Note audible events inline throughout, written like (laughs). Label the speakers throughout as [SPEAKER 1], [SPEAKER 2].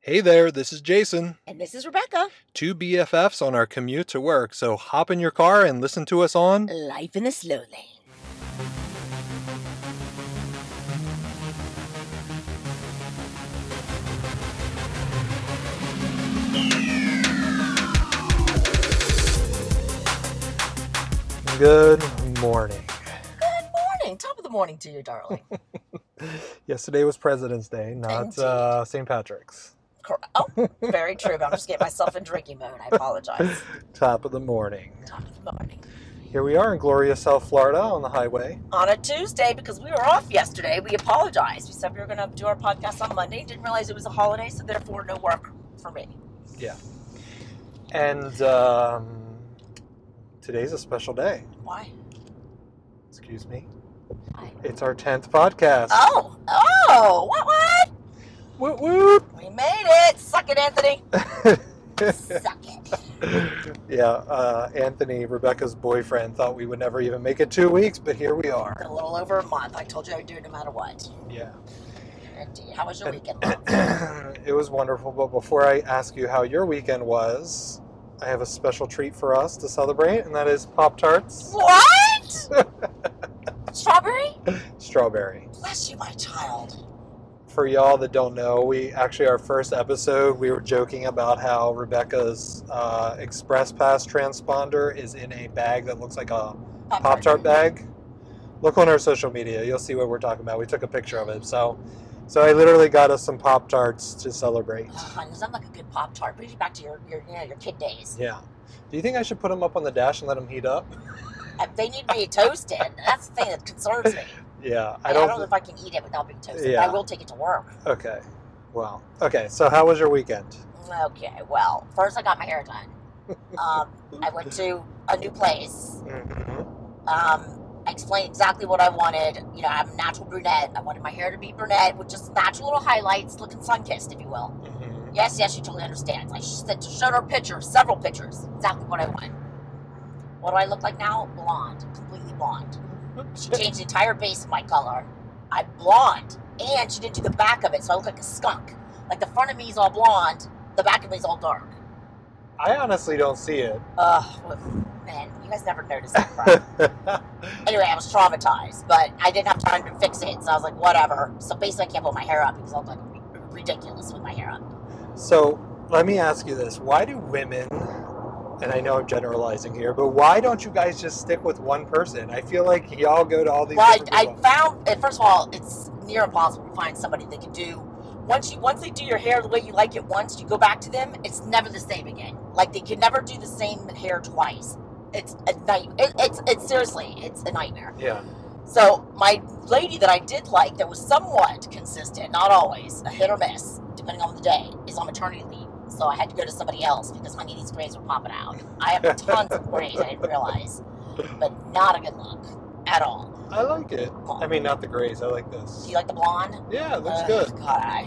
[SPEAKER 1] Hey there, this is Jason.
[SPEAKER 2] And this is Rebecca.
[SPEAKER 1] Two BFFs on our commute to work, so hop in your car and listen to us on.
[SPEAKER 2] Life in the slow lane.
[SPEAKER 1] Good morning.
[SPEAKER 2] Good morning. Top of the morning to you, darling.
[SPEAKER 1] Yesterday was President's Day, not
[SPEAKER 2] Indeed.
[SPEAKER 1] uh, St. Patrick's.
[SPEAKER 2] Cor- oh, very true. But I'm just getting myself in drinking mode. I (laughs) apologize.
[SPEAKER 1] Top of the morning.
[SPEAKER 2] Top of the morning.
[SPEAKER 1] Here we are in glorious South Florida on the highway.
[SPEAKER 2] On a Tuesday, because we were off yesterday, we apologized. We said we were going to do our podcast on Monday. Didn't realize it was a holiday, so therefore no work for me.
[SPEAKER 1] And um, today's a special day.
[SPEAKER 2] Why?
[SPEAKER 1] Excuse me.
[SPEAKER 2] Hi.
[SPEAKER 1] It's our 10th podcast.
[SPEAKER 2] Oh, oh, what, what?
[SPEAKER 1] Woot woot.
[SPEAKER 2] We made it. Suck it, (laughs) Anthony. Suck it.
[SPEAKER 1] yeah, uh, Anthony, Rebecca's boyfriend, thought we would never even make it two weeks, but here we are.
[SPEAKER 2] Been a little over a month. I told you I would do it no matter what.
[SPEAKER 1] Yeah.
[SPEAKER 2] Indeed. How was your weekend? love?
[SPEAKER 1] (clears throat) it was wonderful. But before I ask you how your weekend was, I have a special treat for us to celebrate, and that is Pop Tarts
[SPEAKER 2] what?
[SPEAKER 1] (laughs)
[SPEAKER 2] Strawberry?
[SPEAKER 1] Strawberry.
[SPEAKER 2] Bless you, my child.
[SPEAKER 1] For y'all that don't know, we actually, our first episode, we were joking about how Rebecca's uh, Express Pass transponder is in a bag that looks like a Pop Tart bag. Look on our social media, you'll see what we're talking about. We took a picture of it. So, so I literally got us some Pop Tarts to celebrate.
[SPEAKER 2] Ugh, Uh, honey, sound like a good Pop Tart. Brings you back to your, your, you know, your kid days.
[SPEAKER 1] Yeah. Do you think I should put them up on the dash and let them heat up?
[SPEAKER 2] Uh, They need to
[SPEAKER 1] (laughs)
[SPEAKER 2] be toasted. That's the thing that concerns me.
[SPEAKER 1] Yeah,
[SPEAKER 2] I don't, know if I can eat it without being toasted.
[SPEAKER 1] Yeah.
[SPEAKER 2] I will take it to work.
[SPEAKER 1] Okay. Well, okay. So, how was your weekend?
[SPEAKER 2] Okay, well, first I got my hair done. Um, I went to a new place. Um, I explained exactly what I wanted. You know, I'm a natural brunette. I wanted my hair to be brunette with just natural little highlights, looking sun kissed, if you will. Yes, yes, she totally understands. I sh- said- showed her pictures, several pictures, exactly what I want. What do I look like now? Blonde, completely blonde. She changed the entire base of my color. I'm blonde, and she didn't do the back of it, so I look like a skunk. Like the front of me is all blonde, the back of me is all dark.
[SPEAKER 1] I honestly don't see it. (laughs)
[SPEAKER 2] Ugh, what- man, you guys never noticed that. crap. anyway, I was traumatized, but I didn't have time to fix it, so I was like, whatever. So basically, I can't put my hair up because I look like r- ridiculous with my hair up.
[SPEAKER 1] so, let me ask you this: Why do women? And I know I'm generalizing here, but why don't you guys just stick with one person? I feel like y'all go to all these.
[SPEAKER 2] Well,
[SPEAKER 1] different
[SPEAKER 2] I, I
[SPEAKER 1] people.
[SPEAKER 2] found uh, first of all, it's near impossible to find somebody that can do. Once you once they do your hair the way you like it once, you go back to them, it's never the same again. Like they can never do the same hair twice. It's a night. It, it's it's seriously, it's a nightmare.
[SPEAKER 1] yeah.
[SPEAKER 2] So my lady that I did like, that was somewhat consistent, not always a hit or miss depending on the day, is on maternity leave. So I had to go to somebody else because honey, these grays were popping out. I have tons of grays I didn't realize, but not a good look at all.
[SPEAKER 1] I like it. I mean, not the grays. I like this.
[SPEAKER 2] Do you like uh, the blonde?
[SPEAKER 1] Yeah, it looks
[SPEAKER 2] Ugh,
[SPEAKER 1] good.
[SPEAKER 2] God, I,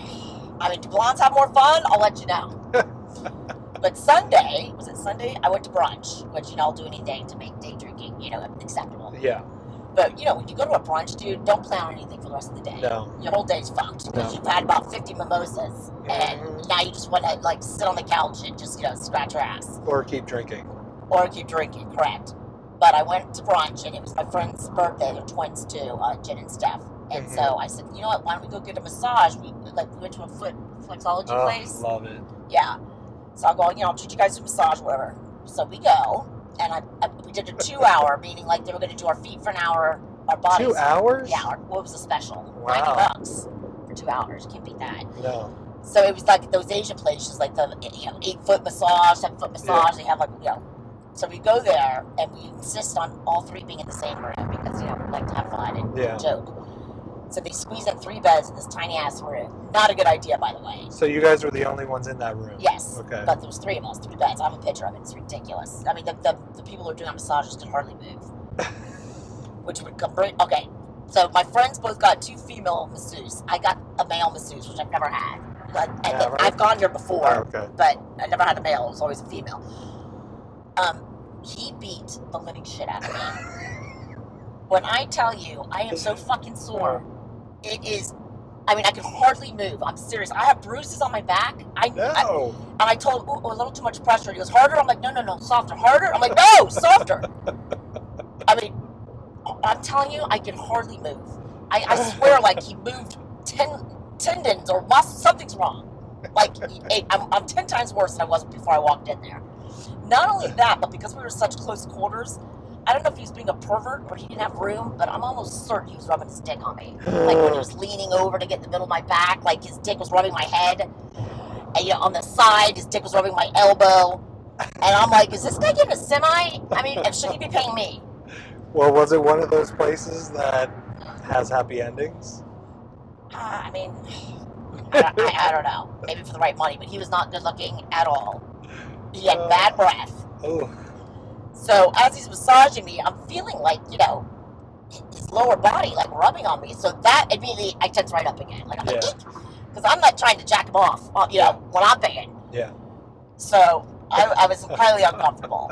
[SPEAKER 2] I mean, do blondes have more fun? I'll let
[SPEAKER 1] (laughs)
[SPEAKER 2] you know. but Sunday, was it Sunday? I went to brunch, which, you know, I'll do anything to make day drinking, you know, acceptable.
[SPEAKER 1] Yeah.
[SPEAKER 2] But, you know, when you go to a brunch, dude, don't plan on anything for the rest of the day.
[SPEAKER 1] No.
[SPEAKER 2] Your whole day's fucked because
[SPEAKER 1] No.
[SPEAKER 2] you've had about 50 mimosas
[SPEAKER 1] Mhm.
[SPEAKER 2] and now you just want to, like, sit on the couch and just, you know, scratch your ass
[SPEAKER 1] Or keep drinking.
[SPEAKER 2] or keep drinking, correct. But I went to brunch and it was my friend's birthday. They're twins too, uh, Jen and Steph. And so
[SPEAKER 1] Mm-hmm.
[SPEAKER 2] I said, you know what? Why don't we go get a massage? We like we went to a foot flexology
[SPEAKER 1] Oh,
[SPEAKER 2] place.
[SPEAKER 1] love it.
[SPEAKER 2] Yeah. So I go, you know, I'll teach you guys to massage, whatever. So we go, and I, I we did a two hour, meaning like they were going to do our feet for an hour, our bodies.
[SPEAKER 1] Two hours?
[SPEAKER 2] Yeah. Our, what was the special?
[SPEAKER 1] Wow.
[SPEAKER 2] Ninety bucks for two hours. You can't beat that.
[SPEAKER 1] No.
[SPEAKER 2] So it was like those Asian places, like the you know, eight foot massage, seven foot massage. They have like you know. So we go there and we insist on all three being in the same room because you know we like to have fun and
[SPEAKER 1] Yeah.
[SPEAKER 2] joke. So they squeeze in three beds in this tiny ass room. Not a good idea, by the way.
[SPEAKER 1] So you guys were the only ones in that room.
[SPEAKER 2] Yes,
[SPEAKER 1] Okay.
[SPEAKER 2] but there was three of us, three beds. I have a picture of it. It's ridiculous. I mean, the, the, the people who are doing our massages can
[SPEAKER 1] (laughs)
[SPEAKER 2] hardly move, which would come. right- Okay, so my friends both got two female masseuse. I got a male masseuse, which I've never had. But I
[SPEAKER 1] Yeah,
[SPEAKER 2] think-
[SPEAKER 1] right.
[SPEAKER 2] I've gone here
[SPEAKER 1] Oh,
[SPEAKER 2] before
[SPEAKER 1] okay.
[SPEAKER 2] but I never had a male. It was always a female. Um, he beat the living shit out of me.
[SPEAKER 1] (laughs)
[SPEAKER 2] when I tell you, I am so fucking sore. It is. I mean, I could hardly move. I'm serious. I have bruises on my back. I, I
[SPEAKER 1] No.
[SPEAKER 2] and I told him, oh, a little too much pressure. He goes harder. I'm like, no, no, no, softer, harder. I'm like, no, softer. I mean, I'm telling you, I can hardly move. I, I swear, like he moved ten tendons or muscles. Something's wrong. Like it, I'm, I'm ten times worse than I was before I walked in there. Not only that, but because we were such close quarters, I don't know if he was being a pervert or he didn't have room, but I'm almost certain he was rubbing his dick on me. Like when he was leaning over to get in the middle of my back, like his dick was rubbing my head. And, you know, on the side, his dick was rubbing my elbow. And I'm like, is this guy getting a semi? I mean, and should he be paying me?
[SPEAKER 1] well, was it one of those places that has happy endings?
[SPEAKER 2] Uh, I mean, I, don't- I, I don't know. Maybe for the right money, but he was not good looking at all. He had bad breath.
[SPEAKER 1] Oh,
[SPEAKER 2] So as he's massaging me, I'm feeling like, you know, his lower body like rubbing on me. So that immediately I tense right up again. Like I'm like,
[SPEAKER 1] Yeah.
[SPEAKER 2] because I'm not trying to jack him off, uh, you know, when I'm banging.
[SPEAKER 1] yeah.
[SPEAKER 2] So I, I was highly uncomfortable.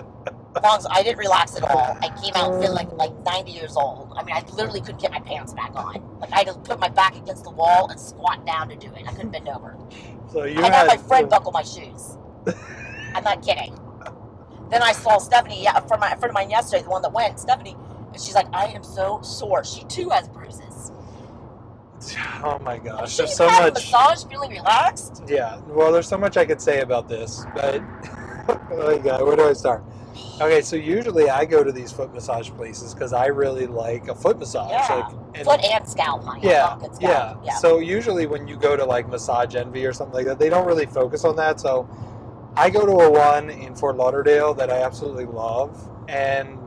[SPEAKER 2] Longs, I didn't relax at all. I came out feeling like, like 90 years old. I mean, I literally couldn't get my pants back on. Like I had to put my back against the wall and squat down to do it. I couldn't bend over.
[SPEAKER 1] So you
[SPEAKER 2] I
[SPEAKER 1] had
[SPEAKER 2] had my friend buckle my shoes. I'm not kidding. Then I saw Stephanie, yeah, from my a friend of mine yesterday, the one that went, Stephanie, and she's like, I am so sore. She too has bruises.
[SPEAKER 1] (sighs) Oh my gosh,
[SPEAKER 2] Should
[SPEAKER 1] there's
[SPEAKER 2] you
[SPEAKER 1] so
[SPEAKER 2] have a
[SPEAKER 1] much.
[SPEAKER 2] massage feeling relaxed?
[SPEAKER 1] Yeah, well, there's so much I could say about this, but (laughs) oh my god, where do I start? Okay, so usually I go to these foot massage places because I really like a foot massage.
[SPEAKER 2] Yeah.
[SPEAKER 1] Like, and-
[SPEAKER 2] Foot and scalp, honey.
[SPEAKER 1] yeah,
[SPEAKER 2] Fuck, oh, it's
[SPEAKER 1] yeah.
[SPEAKER 2] scalp. yeah.
[SPEAKER 1] So usually when you go to like Massage Envy or something like that, they don't really focus on that. So I go to a one in Fort Lauderdale that I absolutely love, and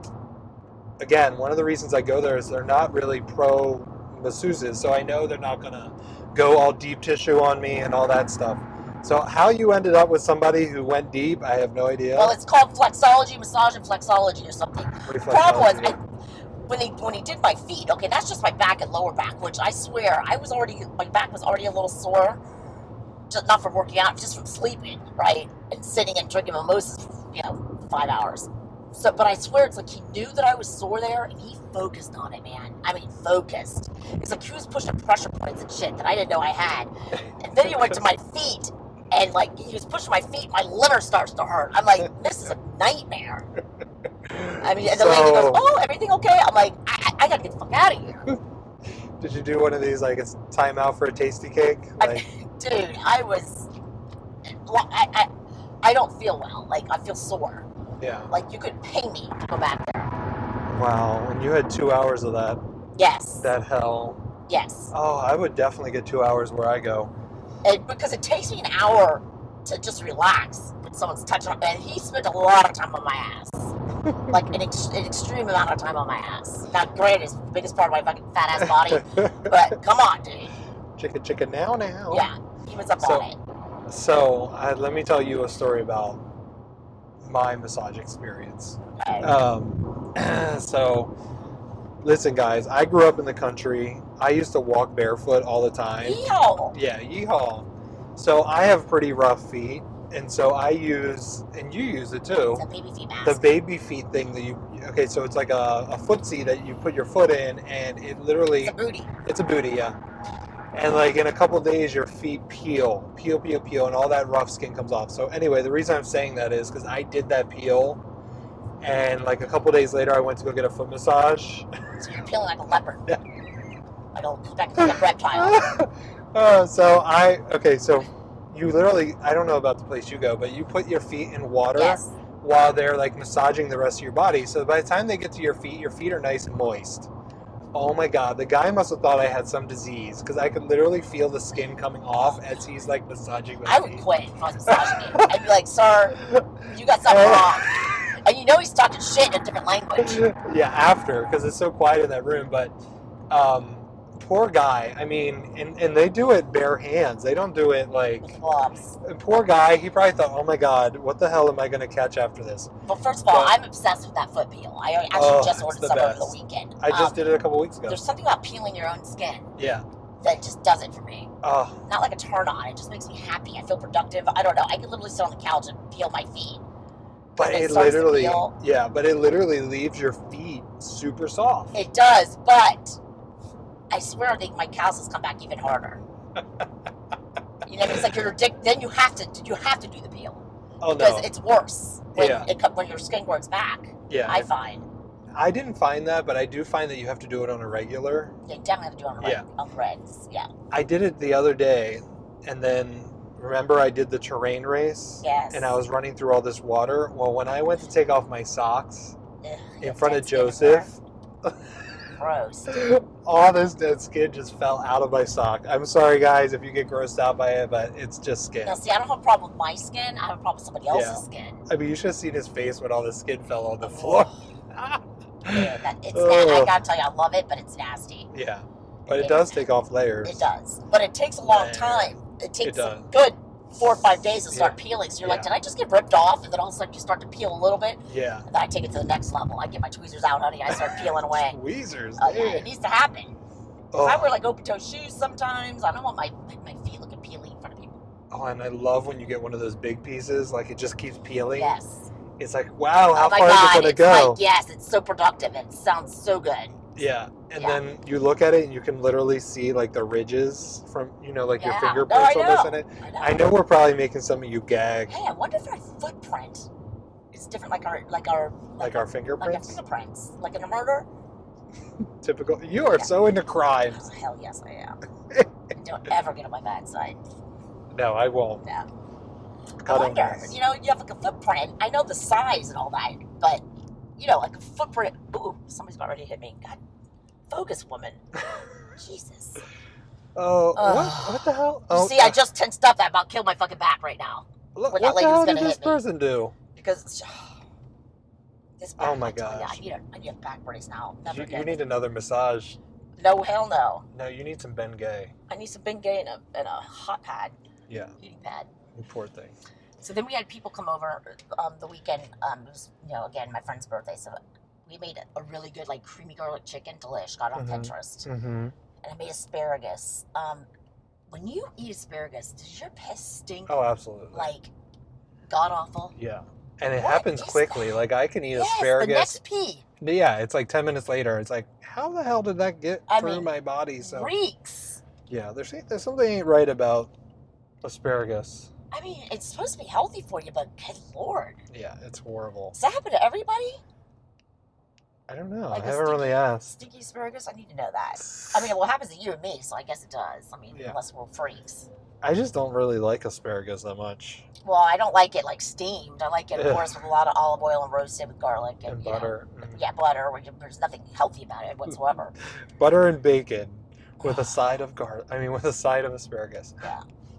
[SPEAKER 1] again, one of the reasons I go there is they're not really pro masseuses, so I know they're not gonna go all deep tissue on me and all that stuff. So how you ended up with somebody who went deep, I have no idea.
[SPEAKER 2] Well, it's called flexology, massage, and flexology or something.
[SPEAKER 1] Reflexology.
[SPEAKER 2] problem was I, when they when he did my feet. Okay, that's just my back and lower back, which I swear I was already my back was already a little sore, just not from working out, just from sleeping, right, and sitting and drinking mimosas, you know, five hours. So, but I swear it's like he knew that I was sore there, and he focused on it, man. I mean, focused. It's like he was pushing pressure points and shit that I didn't know I had. And then he went to my feet, and like he was pushing my feet, my liver starts to hurt. I'm like, this is a nightmare. I mean, and the lady
[SPEAKER 1] So-
[SPEAKER 2] goes, "Oh, everything okay?" I'm like, I, I I gotta get the fuck out of here,
[SPEAKER 1] Did you do one of these like it's time out for a tasty cake?
[SPEAKER 2] I- (laughs)
[SPEAKER 1] Like,
[SPEAKER 2] dude. I was, I, I, I don't feel well. Like I feel sore.
[SPEAKER 1] yeah.
[SPEAKER 2] Like you could pay me to go back there.
[SPEAKER 1] Wow. And you had two hours of that.
[SPEAKER 2] Yes,
[SPEAKER 1] That hell.
[SPEAKER 2] yes.
[SPEAKER 1] Oh, I would definitely get two hours where I go. (laughs)
[SPEAKER 2] And because it takes me an hour to just relax when someone's touching on, and he spent a lot of time on
[SPEAKER 1] (laughs)
[SPEAKER 2] my ass. Like an, ex- an extreme amount of time on my ass. Not great, it's the biggest part of my fucking fat
[SPEAKER 1] (laughs)
[SPEAKER 2] ass body, but come on, dude.
[SPEAKER 1] chicken, chicken, now, now.
[SPEAKER 2] Yeah, he was up
[SPEAKER 1] So-
[SPEAKER 2] on it.
[SPEAKER 1] So uh, let me tell you a story about my massage experience.
[SPEAKER 2] Okay.
[SPEAKER 1] Um, (clears throat) so, listen, guys, I grew up in the country. I used to walk barefoot all the time.
[SPEAKER 2] Yo,
[SPEAKER 1] Yeah, yeehaw. So I have pretty rough feet, and so I use, and you use it too.
[SPEAKER 2] it's a baby feet mask.
[SPEAKER 1] the baby feet thing that you okay so it's like a, a footsie that you put your foot in and it literally
[SPEAKER 2] It's a booty.
[SPEAKER 1] it's a booty yeah and like in a couple days your feet peel peel peel peel and all that rough skin comes off so anyway the reason i'm saying that is because i did that peel and like a couple days later i went to go get a foot massage (laughs)
[SPEAKER 2] So you're peeling like a leopard. Like a, like a reptile.
[SPEAKER 1] Uh, so i okay so you literally i don't know about the place you go but you put your feet in water
[SPEAKER 2] Yes.
[SPEAKER 1] while they're like massaging the rest of your body. So by the time they get to your feet, your feet are nice and moist. Oh my god, the guy must have thought I had some disease because I could literally feel the skin coming off as he's like massaging my
[SPEAKER 2] I would
[SPEAKER 1] feet.
[SPEAKER 2] quit if I was massaging you. I'd be like, sir, you got
[SPEAKER 1] (laughs)
[SPEAKER 2] something wrong. And you know he's talking shit in a different language.
[SPEAKER 1] (laughs) yeah, after because it's so quiet in that room. But um, poor guy. I mean, and, and they do it bare hands. They don't do it like.
[SPEAKER 2] With gloves.
[SPEAKER 1] Poor guy. He probably thought, oh my god, what the hell am I going to catch after this?
[SPEAKER 2] But first of all,
[SPEAKER 1] But-
[SPEAKER 2] I'm obsessed with that foot peel. I actually
[SPEAKER 1] Oh, it's
[SPEAKER 2] just ordered
[SPEAKER 1] the
[SPEAKER 2] some over the
[SPEAKER 1] best.
[SPEAKER 2] weekend.
[SPEAKER 1] I just
[SPEAKER 2] Um,
[SPEAKER 1] did it a couple weeks ago.
[SPEAKER 2] There's something about peeling your own skin
[SPEAKER 1] Yeah.
[SPEAKER 2] that just does it for me.
[SPEAKER 1] Oh,
[SPEAKER 2] Not like a turn on. It just makes me happy. I feel productive. I don't know. I can literally sit on the couch and peel my feet.
[SPEAKER 1] But
[SPEAKER 2] It
[SPEAKER 1] it
[SPEAKER 2] starts to
[SPEAKER 1] literally,
[SPEAKER 2] peel.
[SPEAKER 1] yeah, but it literally leaves your feet super soft.
[SPEAKER 2] It does, but I swear I think my castles come back even harder. you know, it's like you're addic- Then you have to you have to do the peel
[SPEAKER 1] Oh
[SPEAKER 2] because
[SPEAKER 1] no.
[SPEAKER 2] it's worse when
[SPEAKER 1] Yeah.
[SPEAKER 2] it co- when your skin grows back.
[SPEAKER 1] Yeah.
[SPEAKER 2] I find
[SPEAKER 1] I didn't find that, but I do find that you have to do it on a regular.
[SPEAKER 2] you definitely have to do it on red,
[SPEAKER 1] Yeah.
[SPEAKER 2] on reds. Yeah,
[SPEAKER 1] I did it the other day, and then remember I did the terrain race,
[SPEAKER 2] yes.
[SPEAKER 1] and I was running through all this water. Well, when I went to take off my socks
[SPEAKER 2] Ugh,
[SPEAKER 1] in
[SPEAKER 2] it's
[SPEAKER 1] front of
[SPEAKER 2] dead skin everywhere.
[SPEAKER 1] Joseph,
[SPEAKER 2] Gross.
[SPEAKER 1] (gasps) all this dead skin just fell out of my sock. I'm sorry, guys, if you get grossed out by it, but it's just skin.
[SPEAKER 2] Now, see, I don't have a problem with my skin. I have a problem with somebody else's
[SPEAKER 1] Yeah.
[SPEAKER 2] skin.
[SPEAKER 1] (gasps) I mean, you should have seen his face when all the skin fell on the floor.
[SPEAKER 2] Oh.
[SPEAKER 1] (laughs)
[SPEAKER 2] Yeah, that, it's na- I
[SPEAKER 1] Ugh.
[SPEAKER 2] gotta tell you, I love it, but it's nasty.
[SPEAKER 1] yeah, but
[SPEAKER 2] It
[SPEAKER 1] it does take off layers.
[SPEAKER 2] It does, but it takes a long
[SPEAKER 1] Yeah.
[SPEAKER 2] time. It takes
[SPEAKER 1] does.
[SPEAKER 2] a good four or five days to start
[SPEAKER 1] Yeah.
[SPEAKER 2] peeling. So you're like,
[SPEAKER 1] Yeah.
[SPEAKER 2] did I just get ripped off? And then all of a sudden you start to peel a little bit.
[SPEAKER 1] Yeah.
[SPEAKER 2] And then I take it to the next level. I get my tweezers out, honey. I start peeling away.
[SPEAKER 1] Tweezers.
[SPEAKER 2] Oh
[SPEAKER 1] (laughs)
[SPEAKER 2] yeah,
[SPEAKER 1] damn.
[SPEAKER 2] it needs to happen.
[SPEAKER 1] Oh.
[SPEAKER 2] I wear like open toe shoes sometimes. I don't want my my feet looking peely in front of people.
[SPEAKER 1] Oh, and I love when you get one of those big pieces, like it just keeps peeling.
[SPEAKER 2] Yes.
[SPEAKER 1] It's like, wow, how
[SPEAKER 2] oh my
[SPEAKER 1] far is
[SPEAKER 2] god,
[SPEAKER 1] it going to
[SPEAKER 2] it's
[SPEAKER 1] go?
[SPEAKER 2] like yes, it's so productive. It sounds so good.
[SPEAKER 1] yeah. And
[SPEAKER 2] Yeah.
[SPEAKER 1] then you look at it and you can literally see like the ridges from, you know, like your
[SPEAKER 2] Yeah. No, I
[SPEAKER 1] fingerprints almost in it.
[SPEAKER 2] I know.
[SPEAKER 1] I know we're probably making some of you gag,
[SPEAKER 2] Hey, I wonder if our footprint is different, like our like our
[SPEAKER 1] like our
[SPEAKER 2] like our
[SPEAKER 1] fingerprints.
[SPEAKER 2] fingerprints, like in a murder.
[SPEAKER 1] Typical. You are so into crimes.
[SPEAKER 2] Oh, hell yes, I
[SPEAKER 1] (laughs)
[SPEAKER 2] am. don't ever get on my bad side.
[SPEAKER 1] No, I won't.
[SPEAKER 2] No. I
[SPEAKER 1] God, I'm
[SPEAKER 2] wonder.
[SPEAKER 1] nice.
[SPEAKER 2] You know, you have like a footprint. I know the size and all that, but you know, like a footprint. Ooh, somebody's about ready to hit me. God, focus,
[SPEAKER 1] (laughs)
[SPEAKER 2] woman. Jesus.
[SPEAKER 1] Oh,
[SPEAKER 2] Ugh.
[SPEAKER 1] what, what the hell?
[SPEAKER 2] You
[SPEAKER 1] Oh,
[SPEAKER 2] see, I just tensed up. I about killed my fucking back right now
[SPEAKER 1] look, what
[SPEAKER 2] when that
[SPEAKER 1] the
[SPEAKER 2] lady's
[SPEAKER 1] hell
[SPEAKER 2] gonna
[SPEAKER 1] did this
[SPEAKER 2] hit me.
[SPEAKER 1] person do?
[SPEAKER 2] because (sighs) this. Back,
[SPEAKER 1] Oh my
[SPEAKER 2] I tell ya,
[SPEAKER 1] gosh.
[SPEAKER 2] I need a, I need a back brace now. Never
[SPEAKER 1] You,
[SPEAKER 2] again.
[SPEAKER 1] you need another massage.
[SPEAKER 2] no, hell no.
[SPEAKER 1] No, you need some Ben Gay.
[SPEAKER 2] I need some Bengay and a and a hot pad,
[SPEAKER 1] Yeah,
[SPEAKER 2] heating pad.
[SPEAKER 1] you poor thing.
[SPEAKER 2] So then we had people come over um, the weekend. Um, it was, you know, again, my friend's birthday. So we made a really good, like, creamy garlic chicken delish. Got it on
[SPEAKER 1] Mhm.
[SPEAKER 2] Pinterest.
[SPEAKER 1] Mm-hmm.
[SPEAKER 2] And I made asparagus. Um, when you eat asparagus, does your piss stink
[SPEAKER 1] Oh, absolutely.
[SPEAKER 2] like god awful?
[SPEAKER 1] yeah, and it
[SPEAKER 2] What
[SPEAKER 1] happens
[SPEAKER 2] is
[SPEAKER 1] quickly.
[SPEAKER 2] that?
[SPEAKER 1] Like I can eat
[SPEAKER 2] Yes, the
[SPEAKER 1] asparagus.
[SPEAKER 2] next pee
[SPEAKER 1] Yeah, it's like ten minutes later. It's like, how the hell did that get
[SPEAKER 2] I
[SPEAKER 1] through
[SPEAKER 2] mean,
[SPEAKER 1] my body? So
[SPEAKER 2] reeks.
[SPEAKER 1] yeah, there's there's something ain't right about asparagus.
[SPEAKER 2] I mean, it's supposed to be healthy for you, but good lord,
[SPEAKER 1] Yeah, it's horrible.
[SPEAKER 2] does that happen to everybody?
[SPEAKER 1] I don't know.
[SPEAKER 2] Like
[SPEAKER 1] I haven't
[SPEAKER 2] a sticky-
[SPEAKER 1] really asked.
[SPEAKER 2] Stinky asparagus. I need to know that. I mean, well, it happens to you and me, so I guess it does. I mean,
[SPEAKER 1] Yeah.
[SPEAKER 2] unless we're freaks.
[SPEAKER 1] I just don't really like asparagus that much.
[SPEAKER 2] Well, I don't like it like steamed. I like it, of
[SPEAKER 1] Ugh.
[SPEAKER 2] course, with a lot of olive oil and roasted with garlic and,
[SPEAKER 1] And
[SPEAKER 2] you know,
[SPEAKER 1] butter, mm.
[SPEAKER 2] yeah, butter. Which, there's nothing healthy about
[SPEAKER 1] (laughs)
[SPEAKER 2] it whatsoever.
[SPEAKER 1] butter and bacon with a
[SPEAKER 2] (sighs)
[SPEAKER 1] side of garlic. I mean, with a side of asparagus.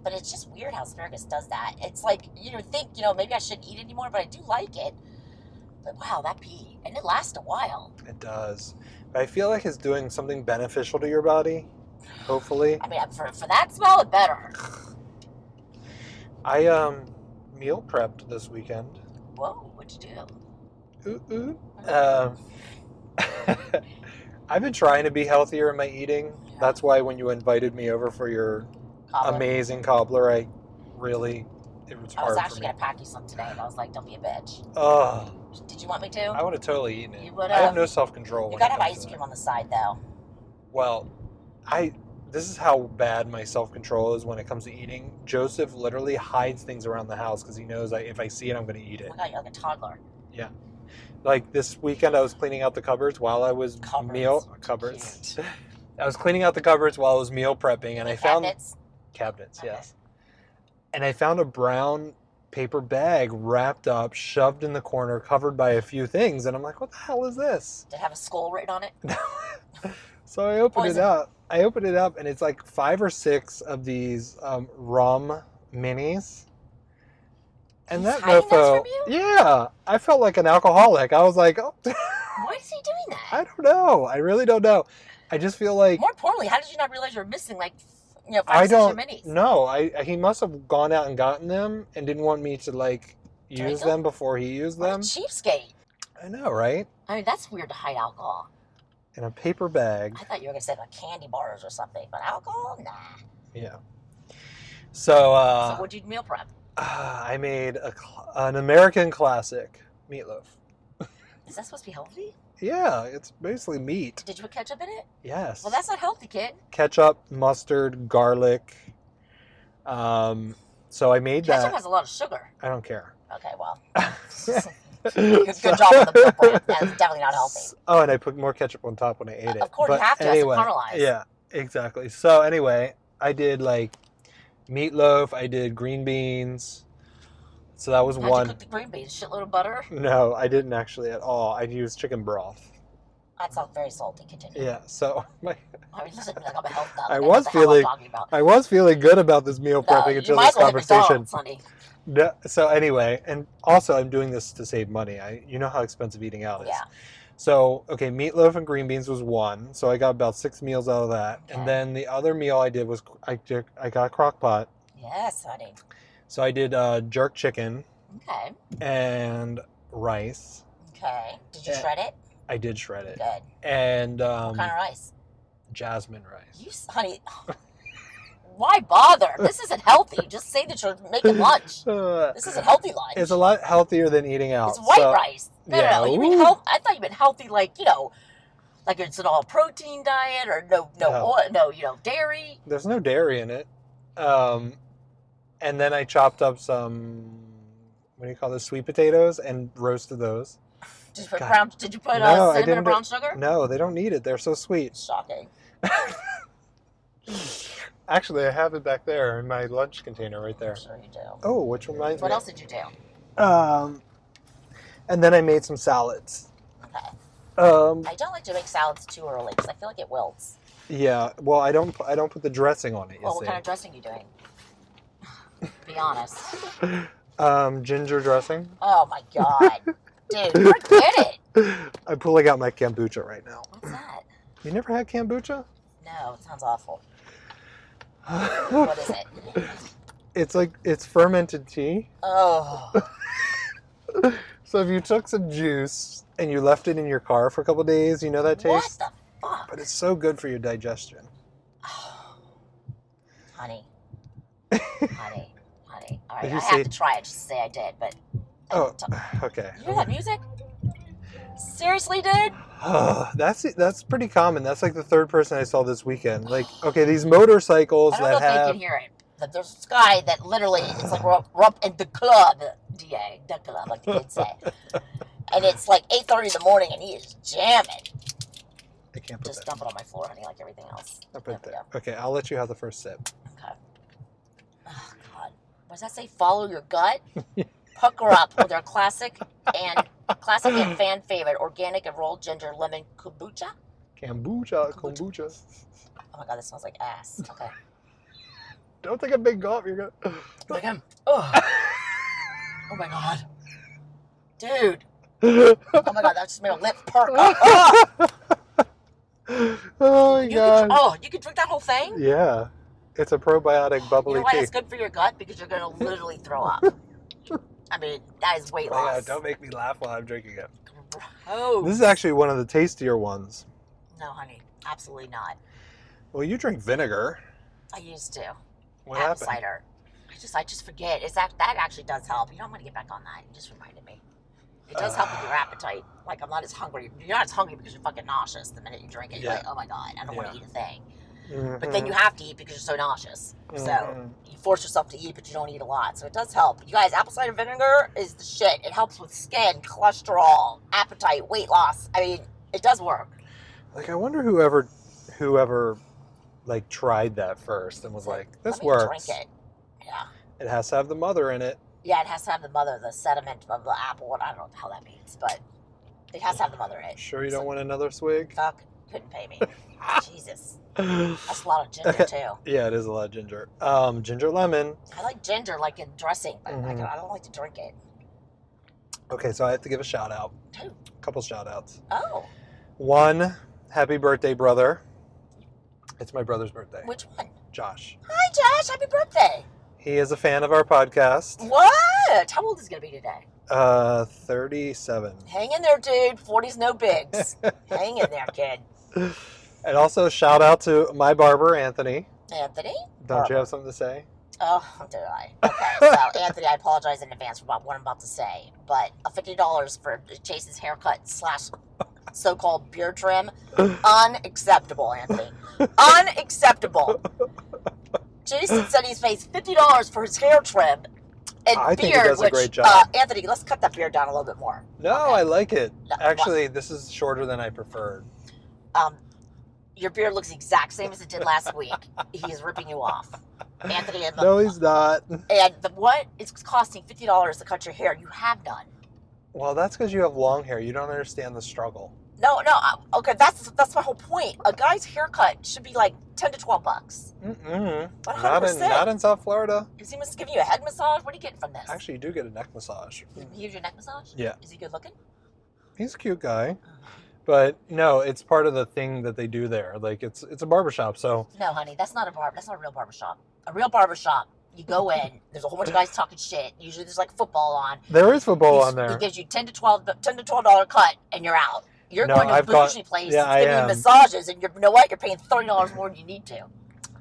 [SPEAKER 2] but it's just weird how asparagus does that. It's like you know, think you know, maybe I shouldn't eat it anymore, but I do like it. But wow, that pee, and it lasts a while.
[SPEAKER 1] It does, but I feel like it's doing something beneficial to your body. Hopefully,
[SPEAKER 2] I mean, for, for that smell, it better.
[SPEAKER 1] I um meal prepped this weekend.
[SPEAKER 2] Whoa, what'd you do?
[SPEAKER 1] Ooh, ooh. Um, (laughs) I've been trying to be healthier in my eating. That's why when you invited me over for your
[SPEAKER 2] Cobbler.
[SPEAKER 1] amazing cobbler, I really it was
[SPEAKER 2] I
[SPEAKER 1] hard
[SPEAKER 2] was
[SPEAKER 1] for
[SPEAKER 2] actually
[SPEAKER 1] me.
[SPEAKER 2] gonna pack you some today, but I was like, don't be a bitch.
[SPEAKER 1] Oh,
[SPEAKER 2] Did you want me to?
[SPEAKER 1] I would have totally eaten it.
[SPEAKER 2] You would've.
[SPEAKER 1] I have no self control.
[SPEAKER 2] you gotta have ice cream on the side, though.
[SPEAKER 1] Well, I this is how bad my self control is when it comes to eating. Joseph literally hides things around the house because he knows I, if I see it, I'm going to eat it.
[SPEAKER 2] (laughs) Look at you like a toddler.
[SPEAKER 1] Like this weekend, I was cleaning out the cupboards while I was
[SPEAKER 2] Cupboards.
[SPEAKER 1] meal cupboards. (laughs) I was cleaning out the cupboards while I was meal prepping, and I found
[SPEAKER 2] Cabinets.
[SPEAKER 1] cabinets.
[SPEAKER 2] Okay.
[SPEAKER 1] Yes, and I found a brown paper bag wrapped up, shoved in the corner, covered by a few things, and I'm like, "What the hell is this?"
[SPEAKER 2] Did it have a skull written on it?
[SPEAKER 1] So I opened it
[SPEAKER 2] Poison.
[SPEAKER 1] up. I opened it up, and it's like five or six of these um, rum minis. And
[SPEAKER 2] He's
[SPEAKER 1] that
[SPEAKER 2] hiding those
[SPEAKER 1] mofo,
[SPEAKER 2] from you?
[SPEAKER 1] yeah, I felt like an alcoholic. I was like, oh, (laughs)
[SPEAKER 2] Why is he doing that?
[SPEAKER 1] I don't know. I really don't know. I just feel like
[SPEAKER 2] More importantly, how did you not realize you were missing like you know
[SPEAKER 1] I
[SPEAKER 2] five
[SPEAKER 1] don't.
[SPEAKER 2] minis?
[SPEAKER 1] No, I he must have gone out and gotten them and didn't want me to like
[SPEAKER 2] Drink
[SPEAKER 1] use
[SPEAKER 2] them?
[SPEAKER 1] them before he used
[SPEAKER 2] What a
[SPEAKER 1] them.
[SPEAKER 2] cheapskate.
[SPEAKER 1] I know, right?
[SPEAKER 2] I mean, that's weird to hide alcohol.
[SPEAKER 1] In a paper bag.
[SPEAKER 2] I thought you were gonna say like candy bars or something, but alcohol, nah.
[SPEAKER 1] Yeah. So, uh,
[SPEAKER 2] so what'd you meal prep?
[SPEAKER 1] ah, (sighs) I made a, cl- an American classic meatloaf.
[SPEAKER 2] Is that supposed to be healthy?
[SPEAKER 1] Yeah, it's basically meat.
[SPEAKER 2] Did you put ketchup in it?
[SPEAKER 1] Yes.
[SPEAKER 2] Well, that's not healthy, kid.
[SPEAKER 1] ketchup, mustard, garlic. Um, so I made
[SPEAKER 2] Ketchup
[SPEAKER 1] that.
[SPEAKER 2] has a lot of sugar.
[SPEAKER 1] I don't
[SPEAKER 2] (laughs)
[SPEAKER 1] care.
[SPEAKER 2] Okay,
[SPEAKER 1] (laughs)
[SPEAKER 2] well, good, good job on the prep work. That's definitely not healthy.
[SPEAKER 1] (laughs) Oh, and I put more ketchup on top when I ate
[SPEAKER 2] Uh,
[SPEAKER 1] it.
[SPEAKER 2] of course, you
[SPEAKER 1] but
[SPEAKER 2] have to, that's
[SPEAKER 1] anyway,
[SPEAKER 2] caramelized.
[SPEAKER 1] Yeah, exactly. So anyway, I did like meatloaf. I did green beans. So that was
[SPEAKER 2] How'd
[SPEAKER 1] one.
[SPEAKER 2] you cook the green beans? Shitload of butter.
[SPEAKER 1] No, I didn't actually at all. I used chicken broth.
[SPEAKER 2] That sounds very salty. Continue.
[SPEAKER 1] Yeah. So (laughs) my,
[SPEAKER 2] I mean, listen, like I'm a health nut.
[SPEAKER 1] I
[SPEAKER 2] like,
[SPEAKER 1] was
[SPEAKER 2] what the hell
[SPEAKER 1] feeling-
[SPEAKER 2] I'm talking about.
[SPEAKER 1] I was feeling good about this meal
[SPEAKER 2] No,
[SPEAKER 1] prepping
[SPEAKER 2] you
[SPEAKER 1] until
[SPEAKER 2] might
[SPEAKER 1] this
[SPEAKER 2] as well hit
[SPEAKER 1] conversation.
[SPEAKER 2] McDonald's, honey.
[SPEAKER 1] No, so anyway, and also I'm doing this to save money. I you know how expensive eating out is.
[SPEAKER 2] Yeah.
[SPEAKER 1] So okay, meatloaf and green beans was one. So I got about six meals out of that,
[SPEAKER 2] Okay.
[SPEAKER 1] and then the other meal I did was I ju- I got crock pot.
[SPEAKER 2] Yes, honey.
[SPEAKER 1] So I did uh, jerk chicken
[SPEAKER 2] Okay.
[SPEAKER 1] and rice.
[SPEAKER 2] Okay. Did you
[SPEAKER 1] Yeah.
[SPEAKER 2] shred it?
[SPEAKER 1] I did shred
[SPEAKER 2] Good.
[SPEAKER 1] it
[SPEAKER 2] What
[SPEAKER 1] and um,
[SPEAKER 2] kind of rice?
[SPEAKER 1] jasmine rice.
[SPEAKER 2] You, s- honey. (sighs) Why bother? This isn't healthy. Just say that you're making lunch.
[SPEAKER 1] Uh,
[SPEAKER 2] This is a healthy lunch.
[SPEAKER 1] (laughs) it's a lot healthier than eating out.
[SPEAKER 2] It's white
[SPEAKER 1] so-
[SPEAKER 2] rice. No,
[SPEAKER 1] yeah,
[SPEAKER 2] no, no. You mean
[SPEAKER 1] ooh.
[SPEAKER 2] health? I thought you meant healthy, like you know, like it's an all protein diet or no, no,
[SPEAKER 1] No.
[SPEAKER 2] oil, no, you know, dairy.
[SPEAKER 1] There's no dairy in it. Um, and then I chopped up some what do you call those sweet potatoes and roasted those.
[SPEAKER 2] Did you put
[SPEAKER 1] God.
[SPEAKER 2] brown? Did you put
[SPEAKER 1] No, I
[SPEAKER 2] uh, cinnamon
[SPEAKER 1] didn't
[SPEAKER 2] and
[SPEAKER 1] do-
[SPEAKER 2] brown sugar?
[SPEAKER 1] No, they don't need it. They're so sweet.
[SPEAKER 2] Shocking.
[SPEAKER 1] Actually, I have it back there in my lunch container right there.
[SPEAKER 2] I'm sure you do.
[SPEAKER 1] Oh, which reminds
[SPEAKER 2] What
[SPEAKER 1] me.
[SPEAKER 2] else did you do?
[SPEAKER 1] Um, and then I made some salads.
[SPEAKER 2] Okay.
[SPEAKER 1] Um,
[SPEAKER 2] I don't like to make salads too early because I feel like it wilts.
[SPEAKER 1] yeah. Well, I don't. pu- I don't put the dressing on it. You
[SPEAKER 2] Well, what
[SPEAKER 1] see.
[SPEAKER 2] kind of dressing you doing? Be honest.
[SPEAKER 1] Um, ginger dressing. (laughs)
[SPEAKER 2] Oh my god, dude, forget it.
[SPEAKER 1] I'm pulling out my kombucha right now.
[SPEAKER 2] What's that?
[SPEAKER 1] You never had kombucha?
[SPEAKER 2] No, it sounds awful. What is it?
[SPEAKER 1] (laughs) it's like it's fermented tea.
[SPEAKER 2] Oh,
[SPEAKER 1] So if you took some juice and you left it in your car for a couple days, you know that
[SPEAKER 2] what
[SPEAKER 1] taste.
[SPEAKER 2] the fuck,
[SPEAKER 1] But it's so good for your digestion.
[SPEAKER 2] honey, honey, honey. All right,
[SPEAKER 1] Did
[SPEAKER 2] I
[SPEAKER 1] you
[SPEAKER 2] have
[SPEAKER 1] say-
[SPEAKER 2] to try it just to say I did, but
[SPEAKER 1] Oh,
[SPEAKER 2] t-
[SPEAKER 1] (sighs) okay.
[SPEAKER 2] you hear that music? Seriously, dude?
[SPEAKER 1] Oh, that's that's pretty common. That's like the third person I saw this weekend. Like, okay, these motorcycles
[SPEAKER 2] I don't know
[SPEAKER 1] that
[SPEAKER 2] if they
[SPEAKER 1] have
[SPEAKER 2] can hear it. But there's this guy that literally, it's like we're up, we're up in the club, DA, the club, like the kids say. And it's like 8.30 in the morning and he is jamming.
[SPEAKER 1] I can't put
[SPEAKER 2] Just
[SPEAKER 1] that.
[SPEAKER 2] dump it on my floor, honey, like everything else.
[SPEAKER 1] I'll put it
[SPEAKER 2] There we
[SPEAKER 1] there. Okay, I'll let you have the first sip.
[SPEAKER 2] Okay. Oh, God. What does that say? Follow your
[SPEAKER 1] (laughs)
[SPEAKER 2] gut? Pucker up with our classic and classic and fan favorite organic and rolled ginger lemon kombucha.
[SPEAKER 1] Kombucha,
[SPEAKER 2] Kombucha.
[SPEAKER 1] kombucha.
[SPEAKER 2] Oh my god, this smells like ass. Okay.
[SPEAKER 1] Don't take a big gulp. You're
[SPEAKER 2] (laughs)
[SPEAKER 1] gonna. (laughs)
[SPEAKER 2] Do it again. Ugh. Oh my god. Dude. Oh my god, that just made a lip perk up.
[SPEAKER 1] oh my
[SPEAKER 2] You could,
[SPEAKER 1] god.
[SPEAKER 2] oh, you could drink that whole thing?
[SPEAKER 1] Yeah, it's a probiotic
[SPEAKER 2] You
[SPEAKER 1] bubbly
[SPEAKER 2] know why
[SPEAKER 1] tea.
[SPEAKER 2] that's good for your gut? Because you're gonna literally throw up. I mean, that is weight
[SPEAKER 1] Oh, Yeah,
[SPEAKER 2] loss.
[SPEAKER 1] don't make me laugh while I'm drinking it.
[SPEAKER 2] Gross.
[SPEAKER 1] This is actually one of the tastier ones.
[SPEAKER 2] No, honey, absolutely not.
[SPEAKER 1] Well, you drink vinegar.
[SPEAKER 2] I used to.
[SPEAKER 1] What
[SPEAKER 2] apple
[SPEAKER 1] happened?
[SPEAKER 2] cider. I just I just forget. It's that that actually does help. You don't want to get back on that. You just reminded me. It does help
[SPEAKER 1] (sighs)
[SPEAKER 2] with your appetite. Like I'm not as hungry. You're not as hungry because you're fucking nauseous the minute you drink it. You're
[SPEAKER 1] Yeah.
[SPEAKER 2] like, oh my god, I don't want
[SPEAKER 1] Yeah.
[SPEAKER 2] to eat a thing. But
[SPEAKER 1] Mm-hmm.
[SPEAKER 2] then you have to eat because you're so nauseous. So
[SPEAKER 1] Mhm.
[SPEAKER 2] you force yourself to eat, but you don't eat a lot. So it does help. You guys, apple cider vinegar is the shit. It helps with skin, cholesterol, appetite, weight loss. I mean, it does work.
[SPEAKER 1] like I wonder whoever, whoever, like tried that first and was like, "This
[SPEAKER 2] Let me
[SPEAKER 1] works."
[SPEAKER 2] Drink it. Yeah.
[SPEAKER 1] It has to have the mother in it.
[SPEAKER 2] Yeah, it has to have the mother, the sediment of the apple. What I don't know how that means, but it has to have the mother in it.
[SPEAKER 1] Sure, you don't want another swig?
[SPEAKER 2] Fuck, couldn't
[SPEAKER 1] (laughs)
[SPEAKER 2] pay me. Jesus,
[SPEAKER 1] yeah,
[SPEAKER 2] that's a lot
[SPEAKER 1] (laughs)
[SPEAKER 2] of ginger too.
[SPEAKER 1] it is a lot of ginger. Um, ginger lemon.
[SPEAKER 2] I like ginger, like in dressing, but I,
[SPEAKER 1] Mhm.
[SPEAKER 2] don't, I don't like to drink it.
[SPEAKER 1] Okay, so I have to give a shout out.
[SPEAKER 2] Who?
[SPEAKER 1] couple shout outs.
[SPEAKER 2] Oh,
[SPEAKER 1] One, happy birthday, brother. It's my brother's birthday,
[SPEAKER 2] which one?
[SPEAKER 1] Josh.
[SPEAKER 2] Hi, Josh. Happy birthday.
[SPEAKER 1] He is a fan of our podcast.
[SPEAKER 2] What? How old is he gonna be today?
[SPEAKER 1] Uh, 37.
[SPEAKER 2] Hang in there, dude. 40's no bigs. Hang in there, kid.
[SPEAKER 1] And also, shout out to my barber, Anthony.
[SPEAKER 2] Anthony?
[SPEAKER 1] Don't
[SPEAKER 2] Barber.
[SPEAKER 1] you have something to say?
[SPEAKER 2] Oh, did I? Okay, so Anthony, I apologize in advance for about what I'm about to say, but a fifty dollars for Chase's haircut slash so-called beard trim. Unacceptable, Anthony. Unacceptable. Jason said he's paid fifty dollars for his hair trim and
[SPEAKER 1] I
[SPEAKER 2] beard.
[SPEAKER 1] think he does a
[SPEAKER 2] which,
[SPEAKER 1] great job.
[SPEAKER 2] Uh, Anthony, let's cut that beard down a little bit more.
[SPEAKER 1] No,
[SPEAKER 2] Okay.
[SPEAKER 1] I like it.
[SPEAKER 2] No, what?
[SPEAKER 1] Actually, this is shorter than I preferred.
[SPEAKER 2] Um, your beard looks the exact same as it did last week. He is ripping you off, Anthony. And the,
[SPEAKER 1] No, he's not.
[SPEAKER 2] and the, what? It's costing fifty dollars to cut your hair. You have none.
[SPEAKER 1] (laughs) Well, that's because you have long hair. You don't understand the struggle.
[SPEAKER 2] No, no. I- Okay, that's that's my whole point. A guy's haircut should be like ten to twelve bucks.
[SPEAKER 1] Mm-mm.
[SPEAKER 2] One
[SPEAKER 1] Not
[SPEAKER 2] hundred
[SPEAKER 1] in not
[SPEAKER 2] percent.
[SPEAKER 1] in South Florida.
[SPEAKER 2] Is he must give you a head massage? What are you getting from this?
[SPEAKER 1] Actually, you do get a neck massage.
[SPEAKER 2] he gives you a neck massage.
[SPEAKER 1] Yeah.
[SPEAKER 2] Is he good looking?
[SPEAKER 1] He's a cute guy, but no, it's part of the thing that they do there. Like it's it's a barbershop, so
[SPEAKER 2] No, honey, that's not a barb. That's not a real barbershop. A real barbershop, you go in. There's a whole bunch of guys talking shit. Usually, there's like football on.
[SPEAKER 1] there is football
[SPEAKER 2] He's-
[SPEAKER 1] on
[SPEAKER 2] He
[SPEAKER 1] there.
[SPEAKER 2] gives you ten to twelve, ten to twelve dollar cut, and you're out. You're
[SPEAKER 1] No,
[SPEAKER 2] going to a
[SPEAKER 1] I've got-
[SPEAKER 2] bougie place.
[SPEAKER 1] yeah,
[SPEAKER 2] that's
[SPEAKER 1] I
[SPEAKER 2] giving
[SPEAKER 1] am.
[SPEAKER 2] you massages, and you're, you know what? You're paying thirty dollars more than you need to.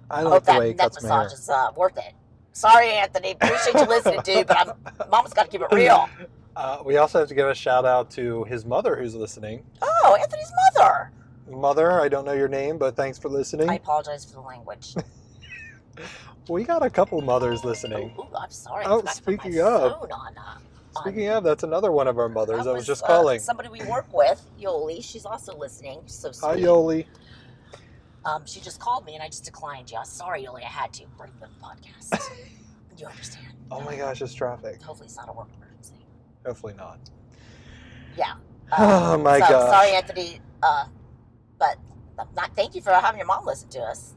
[SPEAKER 1] I
[SPEAKER 2] I
[SPEAKER 1] like
[SPEAKER 2] hope
[SPEAKER 1] the
[SPEAKER 2] that
[SPEAKER 1] way he
[SPEAKER 2] neck
[SPEAKER 1] cuts my hair.
[SPEAKER 2] massage is uh, worth it. Sorry, Anthony. Appreciate you listening, dude, but I'm,
[SPEAKER 1] (laughs)
[SPEAKER 2] Mama's got to keep it real.
[SPEAKER 1] Uh, we also have to give a shout out to his mother who's listening.
[SPEAKER 2] Oh, Anthony's mother.
[SPEAKER 1] Mother, I don't know your name, but thanks for listening.
[SPEAKER 2] I apologize for
[SPEAKER 1] (laughs)
[SPEAKER 2] the language.
[SPEAKER 1] We got a couple mothers listening.
[SPEAKER 2] Oh, ooh, I'm sorry. I
[SPEAKER 1] Oh,
[SPEAKER 2] forgot to put
[SPEAKER 1] speaking
[SPEAKER 2] my
[SPEAKER 1] of-
[SPEAKER 2] phone on, uh, on
[SPEAKER 1] Speaking of, that's another one of our mothers. I
[SPEAKER 2] That
[SPEAKER 1] was just
[SPEAKER 2] uh,
[SPEAKER 1] calling.
[SPEAKER 2] somebody we work with, Yoli. She's also listening. So sweet.
[SPEAKER 1] Hi, Yoli.
[SPEAKER 2] Um, she just called me and I just declined you. Sorry, Yoli. I had to bring the
[SPEAKER 1] (laughs)
[SPEAKER 2] podcast. you understand?
[SPEAKER 1] Oh my gosh, it's traffic.
[SPEAKER 2] Hopefully, it's not a work
[SPEAKER 1] (sighs)
[SPEAKER 2] emergency.
[SPEAKER 1] Hopefully not.
[SPEAKER 2] Yeah.
[SPEAKER 1] (sighs)
[SPEAKER 2] Um,
[SPEAKER 1] Oh my
[SPEAKER 2] so,
[SPEAKER 1] gosh.
[SPEAKER 2] Sorry, Anthony. Uh, but I'm not. Thank you for having your mom listen to us.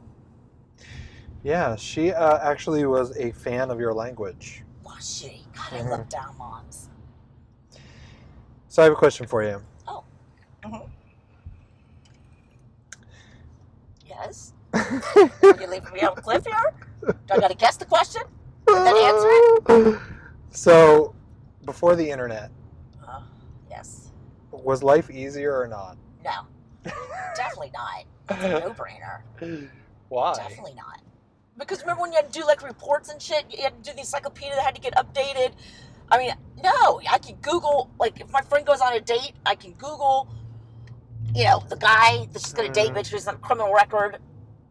[SPEAKER 1] Yeah, she uh, actually was a fan of your language.
[SPEAKER 2] Wow, she. God, I
[SPEAKER 1] Mhm.
[SPEAKER 2] love down moms.
[SPEAKER 1] So I have a question for
[SPEAKER 2] (laughs)
[SPEAKER 1] you.
[SPEAKER 2] Yes. Are you leaving me on a cliff here? Do I got to guess the question? that
[SPEAKER 1] So, before the internet,
[SPEAKER 2] Uh, yes.
[SPEAKER 1] was life easier or not? (laughs)
[SPEAKER 2] No. Definitely not. No brainer.
[SPEAKER 1] Why?
[SPEAKER 2] Definitely not. Because remember when you had to do like reports and shit, you had to do the encyclopedia that had to get updated. I mean, no, I can Google like if my friend goes on a date, I can Google, you know, the guy that she's gonna date,
[SPEAKER 1] Mhm.
[SPEAKER 2] make sure he's not a criminal record.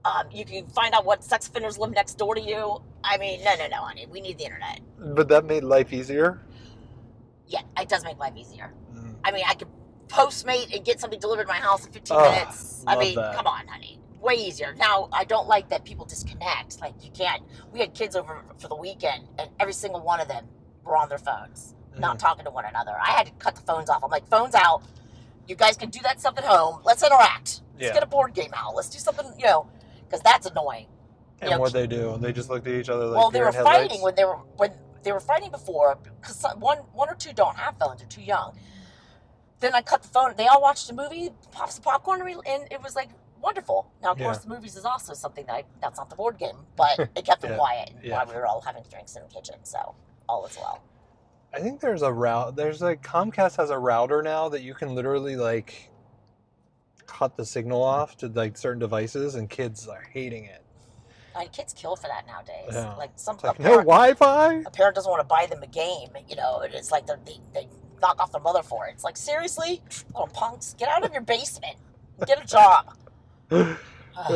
[SPEAKER 2] Um, you can find out what sex offenders live next door to you. I mean, no, no, no, honey, we need the internet.
[SPEAKER 1] But that made life easier?
[SPEAKER 2] Yeah, it does make life easier.
[SPEAKER 1] Mm-hmm.
[SPEAKER 2] I mean, I could Postmate and get something delivered to my house in 15
[SPEAKER 1] Oh,
[SPEAKER 2] minutes. I
[SPEAKER 1] love
[SPEAKER 2] mean,
[SPEAKER 1] that.
[SPEAKER 2] come on, honey. Way easier. Now, I don't like that people disconnect. Like, you can't. We had kids over for the weekend, and every single one of them were on their phones,
[SPEAKER 1] Mm.
[SPEAKER 2] not talking to one another. I had to cut the phones off. I'm like, phones out. You guys can do that stuff at home. Let's interact. Let's
[SPEAKER 1] Yeah.
[SPEAKER 2] get a board game out. Let's do something, you know, because that's annoying.
[SPEAKER 1] And
[SPEAKER 2] Yeah.
[SPEAKER 1] what they do? They just looked at each other like
[SPEAKER 2] well, they
[SPEAKER 1] deer
[SPEAKER 2] were
[SPEAKER 1] in headlights?
[SPEAKER 2] fighting when they were when they were fighting before because one one or two don't have phones; they're too young. Then I cut the phone. They all watched a movie, pops the popcorn, and we- and it was like wonderful. Now, of course, the movies is also something that I, that's not the board game, but
[SPEAKER 1] (laughs)
[SPEAKER 2] it kept them
[SPEAKER 1] Yeah,
[SPEAKER 2] quiet
[SPEAKER 1] yeah.
[SPEAKER 2] while we were all having drinks in the kitchen. So all is well.
[SPEAKER 1] I think there's a route. There's like Comcast has a router now that you can literally like cut the signal off to like certain devices, and kids are hating it.
[SPEAKER 2] I mean, kids kill for that nowadays.
[SPEAKER 1] Yeah.
[SPEAKER 2] Like some
[SPEAKER 1] It's like
[SPEAKER 2] a
[SPEAKER 1] no
[SPEAKER 2] parent,
[SPEAKER 1] Wi-Fi.
[SPEAKER 2] a parent doesn't want to buy them a game, you know, and it's like they're, they they knock off their mother for it. It's like seriously, little punks, get out of your basement, get a job. (sighs)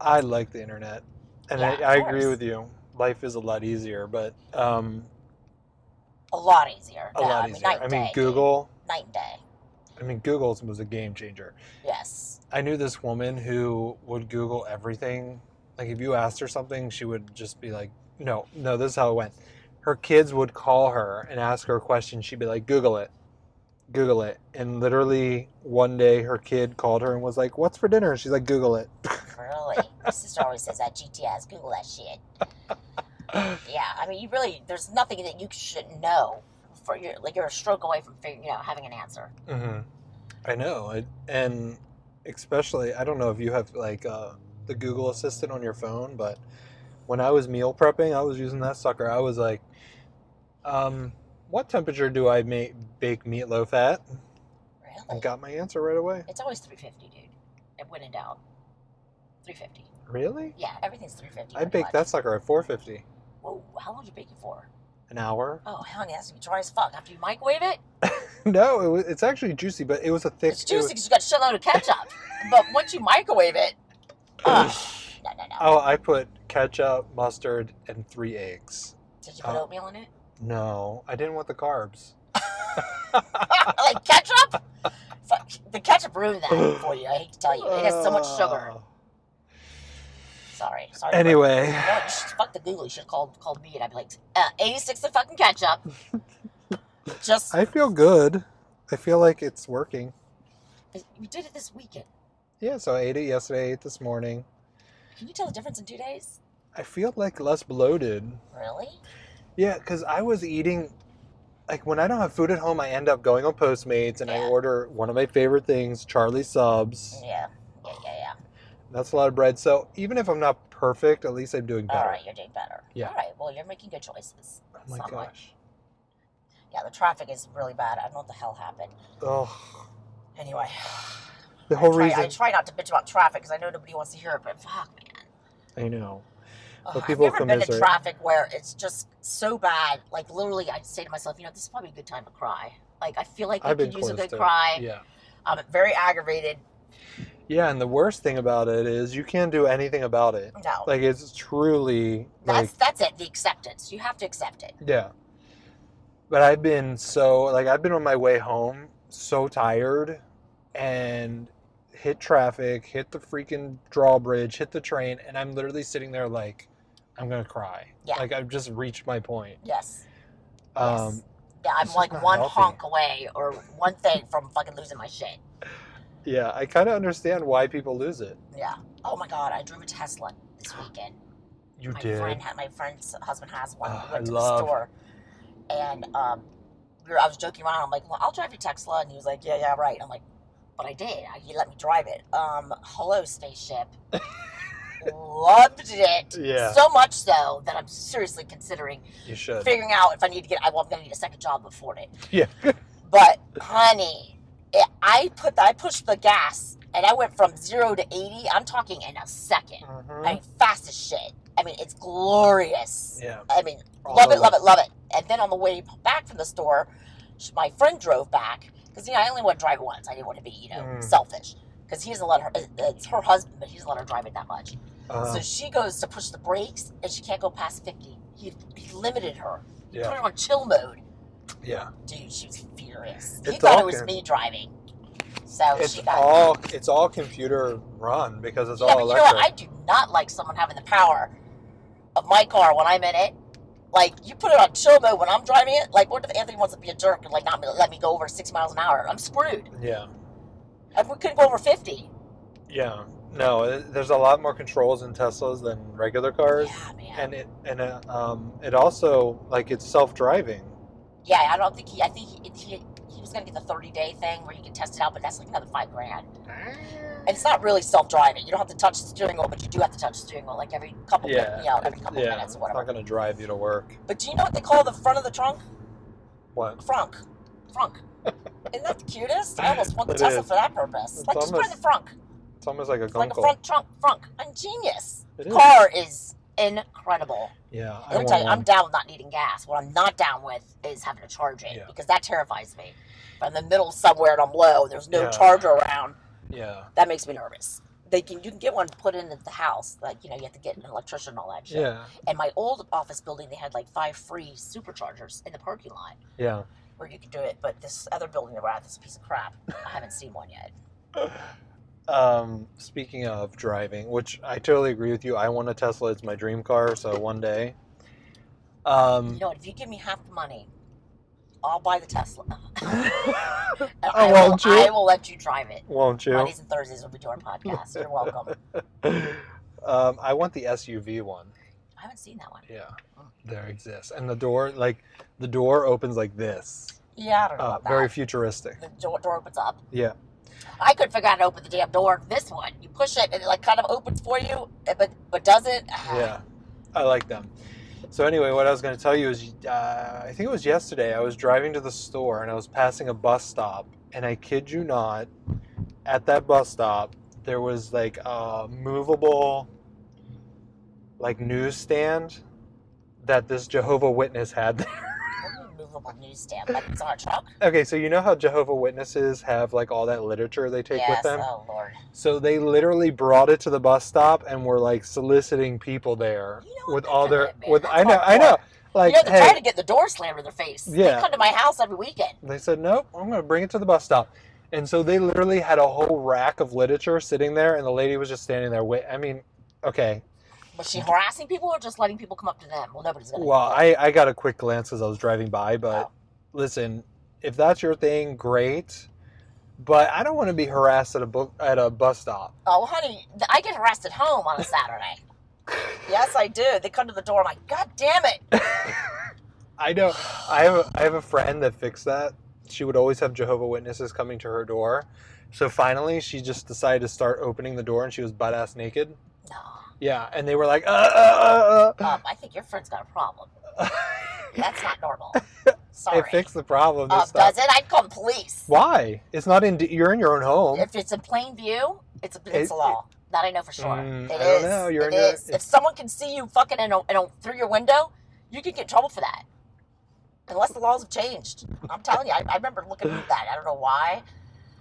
[SPEAKER 1] I like the internet, and
[SPEAKER 2] Yeah,
[SPEAKER 1] I,
[SPEAKER 2] of
[SPEAKER 1] I agree
[SPEAKER 2] course.
[SPEAKER 1] with you. Life is a lot easier, but um,
[SPEAKER 2] a lot easier.
[SPEAKER 1] a
[SPEAKER 2] Yeah,
[SPEAKER 1] lot
[SPEAKER 2] I mean,
[SPEAKER 1] easier.
[SPEAKER 2] night
[SPEAKER 1] I
[SPEAKER 2] and
[SPEAKER 1] mean,
[SPEAKER 2] day,
[SPEAKER 1] Google.
[SPEAKER 2] Night and day.
[SPEAKER 1] I mean, Google's was a game changer.
[SPEAKER 2] Yes.
[SPEAKER 1] I knew this woman who would Google everything. Like if you asked her something, she would just be like, "No, no, this is how it went." Her kids would call her and ask her a question. She'd be like, "Google it, Google it." And literally one day, her kid called her and was like, "What's for dinner?" She's like, "Google it."
[SPEAKER 2] Really. My sister always says that GTS, Google that shit. Yeah. I mean, you really, there's nothing that you should know. For your, like you're a stroke away from figuring, you know having an answer.
[SPEAKER 1] hmm I know, I, and especially I don't know if you have like uh, the Google Assistant on your phone, but when I was meal prepping, I was using that sucker. I was like, um, "What temperature do I make bake meatloaf at?"
[SPEAKER 2] Really.
[SPEAKER 1] And got my answer right away.
[SPEAKER 2] It's always 350, dude. And when in doubt, 350.
[SPEAKER 1] Really?
[SPEAKER 2] Yeah, everything's 350.
[SPEAKER 1] I
[SPEAKER 2] pretty
[SPEAKER 1] baked
[SPEAKER 2] much.
[SPEAKER 1] that sucker at 450.
[SPEAKER 2] Whoa, how long did you bake it for?
[SPEAKER 1] an hour.
[SPEAKER 2] Oh, honey, that's gonna be dry as fuck. After you microwave it,
[SPEAKER 1] (laughs) No, it was, it's actually juicy, but it was a thick.
[SPEAKER 2] it's
[SPEAKER 1] it was-
[SPEAKER 2] juicy because you got a shitload of ketchup. but once you microwave it, ugh, no, no, no.
[SPEAKER 1] oh, I put ketchup, mustard, and three eggs.
[SPEAKER 2] Did you put
[SPEAKER 1] oh.
[SPEAKER 2] oatmeal in it? (laughs)
[SPEAKER 1] No, I didn't want the carbs.
[SPEAKER 2] like ketchup? Fuck, the ketchup ruined that for you. I hate to tell you, it has so much sugar.
[SPEAKER 1] Uh,
[SPEAKER 2] Sorry, sorry. for-
[SPEAKER 1] Anyway,
[SPEAKER 2] (laughs) You know what? You should- fuck the Google. You should have called called me, and I'd be like, uh, eighty-six of fucking ketchup.
[SPEAKER 1] (laughs)
[SPEAKER 2] Just
[SPEAKER 1] I feel good. I feel like it's working.
[SPEAKER 2] you did it this weekend.
[SPEAKER 1] Yeah, so I ate it yesterday, I ate this morning.
[SPEAKER 2] Can you tell the difference in two days?
[SPEAKER 1] I feel like less bloated.
[SPEAKER 2] Really?
[SPEAKER 1] Yeah, because I was eating, like when I don't have food at home, I end up going on Postmates and I
[SPEAKER 2] Yeah.
[SPEAKER 1] order one of my favorite things, Charlie subs.
[SPEAKER 2] Yeah. Yeah, yeah, yeah.
[SPEAKER 1] That's a lot of bread. So even if I'm not perfect, at least I'm doing better.
[SPEAKER 2] All right, you're doing better.
[SPEAKER 1] Yeah.
[SPEAKER 2] All right, well, you're making good choices.
[SPEAKER 1] Oh my
[SPEAKER 2] Not much.
[SPEAKER 1] gosh.
[SPEAKER 2] Yeah, the traffic is really bad. I don't know what the hell happened.
[SPEAKER 1] Oh,
[SPEAKER 2] Anyway,
[SPEAKER 1] (sighs) the whole
[SPEAKER 2] try, I
[SPEAKER 1] reason.
[SPEAKER 2] try not to bitch about traffic because I know nobody wants to hear it, but fuck, man.
[SPEAKER 1] I know.
[SPEAKER 2] Ugh,
[SPEAKER 1] But people
[SPEAKER 2] I've never been to
[SPEAKER 1] commiserate.
[SPEAKER 2] traffic where it's just so bad. Like, literally, I say to myself, you know, this is probably a good time to cry. Like, I feel like I
[SPEAKER 1] I've been
[SPEAKER 2] could use a
[SPEAKER 1] close
[SPEAKER 2] good
[SPEAKER 1] to-
[SPEAKER 2] cry.
[SPEAKER 1] Yeah.
[SPEAKER 2] I'm very aggravated.
[SPEAKER 1] Yeah, and the worst thing about it is you can't do anything about it.
[SPEAKER 2] No.
[SPEAKER 1] Like it's truly like
[SPEAKER 2] that's that's it. The acceptance. You have to accept it.
[SPEAKER 1] yeah. But I've been so like I've been on my way home so tired and hit traffic, hit the freaking drawbridge, hit the train, and I'm literally sitting there like I'm gonna cry.
[SPEAKER 2] Yeah.
[SPEAKER 1] Like I've just reached my point.
[SPEAKER 2] Yes.
[SPEAKER 1] Um
[SPEAKER 2] yes. Yeah, I'm
[SPEAKER 1] this is
[SPEAKER 2] like
[SPEAKER 1] not
[SPEAKER 2] one
[SPEAKER 1] healthy.
[SPEAKER 2] honk away or one thing from fucking losing my shit.
[SPEAKER 1] yeah, I kinda understand why people lose it.
[SPEAKER 2] Yeah. Oh my god, I drove a Tesla
[SPEAKER 1] (gasps)
[SPEAKER 2] this weekend.
[SPEAKER 1] You
[SPEAKER 2] my
[SPEAKER 1] did.
[SPEAKER 2] friend had my friend's husband has one.
[SPEAKER 1] Ah,
[SPEAKER 2] we went
[SPEAKER 1] I
[SPEAKER 2] to
[SPEAKER 1] love-
[SPEAKER 2] the store, and um, we were, I was joking around. I'm like, "Well, I'll drive your Tesla," and he was like, "Yeah, yeah, right." I'm like, "But I did. I- He let me drive it." Um,
[SPEAKER 1] (laughs)
[SPEAKER 2] hello, spaceship. Loved it.
[SPEAKER 1] Yeah.
[SPEAKER 2] So much so that I'm seriously considering
[SPEAKER 1] You should.
[SPEAKER 2] figuring out if I need to get. I, well, I'm gonna need a second job before it.
[SPEAKER 1] Yeah. (laughs)
[SPEAKER 2] But honey, it, I put I pushed the gas and I went from zero to eighty. I'm talking in a second. I
[SPEAKER 1] Mhm.
[SPEAKER 2] mean, fast as shit. I mean, it's glorious.
[SPEAKER 1] Yeah.
[SPEAKER 2] I mean,
[SPEAKER 1] All
[SPEAKER 2] love it,
[SPEAKER 1] over.
[SPEAKER 2] love it, love it. And then on the way back from the store, sh- my friend drove back because you know I only want to drive once. I didn't want to be you know
[SPEAKER 1] Mm.
[SPEAKER 2] selfish because he doesn't let her. it- It's her husband, but he doesn't let her drive it that much.
[SPEAKER 1] Uh,
[SPEAKER 2] So she goes to push the brakes, and she can't go past fifty. He, he limited her. He
[SPEAKER 1] yeah.
[SPEAKER 2] Put her on chill mode.
[SPEAKER 1] Yeah.
[SPEAKER 2] Dude, she was furious. he
[SPEAKER 1] It's
[SPEAKER 2] thought
[SPEAKER 1] all
[SPEAKER 2] it was
[SPEAKER 1] good.
[SPEAKER 2] me driving. So
[SPEAKER 1] it's
[SPEAKER 2] Oh, she got.
[SPEAKER 1] all it's all computer run because it's
[SPEAKER 2] yeah,
[SPEAKER 1] all
[SPEAKER 2] but you know what?
[SPEAKER 1] electric.
[SPEAKER 2] I do not like someone having the power of my car when I'm in it. Like you put it on chill mode when I'm driving it. Like what if Anthony wants to be a jerk and like not let me go over six miles an hour? I'm screwed.
[SPEAKER 1] yeah,
[SPEAKER 2] And we couldn't go over fifty.
[SPEAKER 1] yeah. No, it- there's a lot more controls in Teslas than regular cars,
[SPEAKER 2] Yeah, man.
[SPEAKER 1] and it and uh, um, it also like it's self driving.
[SPEAKER 2] yeah, I don't think he. I think he he, he was gonna get the thirty day thing where you can test it out, but that's like another five grand. And it's not really self driving. You don't have to touch the steering wheel, but you do have to touch the steering wheel like every couple
[SPEAKER 1] Yeah,
[SPEAKER 2] minutes, you know, every couple
[SPEAKER 1] yeah.
[SPEAKER 2] minutes
[SPEAKER 1] It's
[SPEAKER 2] or
[SPEAKER 1] not
[SPEAKER 2] whatever.
[SPEAKER 1] gonna drive you to work.
[SPEAKER 2] But do you know what they call the front of the trunk?
[SPEAKER 1] What?
[SPEAKER 2] Frunk.
[SPEAKER 1] (laughs)
[SPEAKER 2] Frunk. Isn't that the cutest? I almost want the
[SPEAKER 1] It
[SPEAKER 2] Tesla
[SPEAKER 1] is.
[SPEAKER 2] for that purpose.
[SPEAKER 1] It's
[SPEAKER 2] like, just put it in the frunk.
[SPEAKER 1] It's almost like a
[SPEAKER 2] It's like a
[SPEAKER 1] gunkle.
[SPEAKER 2] front trunk. Frunk. I'm genius.
[SPEAKER 1] It
[SPEAKER 2] The
[SPEAKER 1] is.
[SPEAKER 2] car is incredible.
[SPEAKER 1] Yeah, I
[SPEAKER 2] Let me
[SPEAKER 1] want
[SPEAKER 2] tell you,
[SPEAKER 1] one.
[SPEAKER 2] I'm down with not needing gas. What I'm not down with is having to charge it
[SPEAKER 1] Yeah.
[SPEAKER 2] because that terrifies me. If I'm in the middle of somewhere and I'm low, there's no
[SPEAKER 1] Yeah.
[SPEAKER 2] charger around.
[SPEAKER 1] yeah,
[SPEAKER 2] That makes me nervous. They can you can get one put in at the house. Like, you know, you have to get an electrician and all that shit.
[SPEAKER 1] yeah,
[SPEAKER 2] And my old office building, they had like five free superchargers in the parking lot
[SPEAKER 1] yeah.
[SPEAKER 2] where you could do it, but this other building that we're at is a piece of crap. I haven't seen
[SPEAKER 1] (laughs)
[SPEAKER 2] one yet.
[SPEAKER 1] Um, speaking of driving, which I totally agree with you. I want a Tesla. It's my dream car. So one day. Um,
[SPEAKER 2] You know what? If you give me half the money, I'll buy the Tesla. (laughs) And
[SPEAKER 1] I
[SPEAKER 2] I,
[SPEAKER 1] won't
[SPEAKER 2] will,
[SPEAKER 1] you.
[SPEAKER 2] I will let you drive it.
[SPEAKER 1] (laughs) won't you?
[SPEAKER 2] Mondays and Thursdays when
[SPEAKER 1] (laughs)
[SPEAKER 2] we do our podcast. You're welcome.
[SPEAKER 1] um, I want the SUV one.
[SPEAKER 2] I haven't seen that one.
[SPEAKER 1] Yeah, there exists, and the door like the door opens like this.
[SPEAKER 2] Yeah, I don't know
[SPEAKER 1] Uh,
[SPEAKER 2] about that.
[SPEAKER 1] very futuristic.
[SPEAKER 2] the door, door opens up.
[SPEAKER 1] Yeah,
[SPEAKER 2] I couldn't figure out how to open the damn door. This one, you push it and it like kind of opens for you, eh, but but doesn't. Ah,
[SPEAKER 1] yeah, I like them. So anyway, what I was going to tell you is, uh, I think it was yesterday. I was driving to the store and I was passing a bus stop, and I kid you not, at that bus stop there was like a movable, like newsstand that this Jehovah Witness had there. (laughs)
[SPEAKER 2] movable newsstand, but it's on a truck.
[SPEAKER 1] Okay, so you know how Jehovah Witnesses have like all that literature they take
[SPEAKER 2] yes.
[SPEAKER 1] with them?
[SPEAKER 2] Oh Lord.
[SPEAKER 1] So they literally brought it to the bus stop and were like soliciting people there
[SPEAKER 2] You know
[SPEAKER 1] with
[SPEAKER 2] what
[SPEAKER 1] all
[SPEAKER 2] that
[SPEAKER 1] their
[SPEAKER 2] could've been.
[SPEAKER 1] with
[SPEAKER 2] That's
[SPEAKER 1] I know
[SPEAKER 2] what
[SPEAKER 1] I
[SPEAKER 2] for.
[SPEAKER 1] know like
[SPEAKER 2] you know, they're
[SPEAKER 1] hey
[SPEAKER 2] trying to get the door slammed in their face.
[SPEAKER 1] Yeah.
[SPEAKER 2] They come to my house every weekend.
[SPEAKER 1] they said nope I'm gonna bring it to the bus stop and so they literally had a whole rack of literature sitting there and the lady was just standing there wait I mean okay
[SPEAKER 2] Was
[SPEAKER 1] Mm-hmm.
[SPEAKER 2] she harassing people or just letting people come up to them? Well, nobody's gonna.
[SPEAKER 1] well I I got a quick glance as I was driving by but listen if that's your thing great but I don't want to be harassed at a book at a bus stop
[SPEAKER 2] Oh, honey, th- I get harassed at home on a
[SPEAKER 1] (laughs)
[SPEAKER 2] Saturday. yes, I do. They come to the door. I'm like, God damn it!
[SPEAKER 1] (laughs) I know. I have a, I have a friend that fixed that. She would always have Jehovah Witnesses coming to her door. So finally, she just decided to start opening the door, and she was butt ass naked.
[SPEAKER 2] No,
[SPEAKER 1] Yeah, and they were like, uh, uh, uh,
[SPEAKER 2] um, I think your friend's got a
[SPEAKER 1] (laughs)
[SPEAKER 2] problem.
[SPEAKER 1] uh.
[SPEAKER 2] That's not normal. Oh, Sorry.
[SPEAKER 1] it fixed the problem.
[SPEAKER 2] Uh,
[SPEAKER 1] This time.
[SPEAKER 2] does it? I'd call the police.
[SPEAKER 1] Why? It's not in. You're in your own home.
[SPEAKER 2] If it's in plain view, it's a it's a
[SPEAKER 1] It-
[SPEAKER 2] law. That I know for sure.
[SPEAKER 1] Mm,
[SPEAKER 2] It
[SPEAKER 1] I don't
[SPEAKER 2] is.
[SPEAKER 1] know. You're in
[SPEAKER 2] It
[SPEAKER 1] your-
[SPEAKER 2] is. If someone can see you fucking in a, in a, through your window, you could get in trouble for that. Unless the laws have changed. I'm telling you, I, I remember looking at that. I don't know why.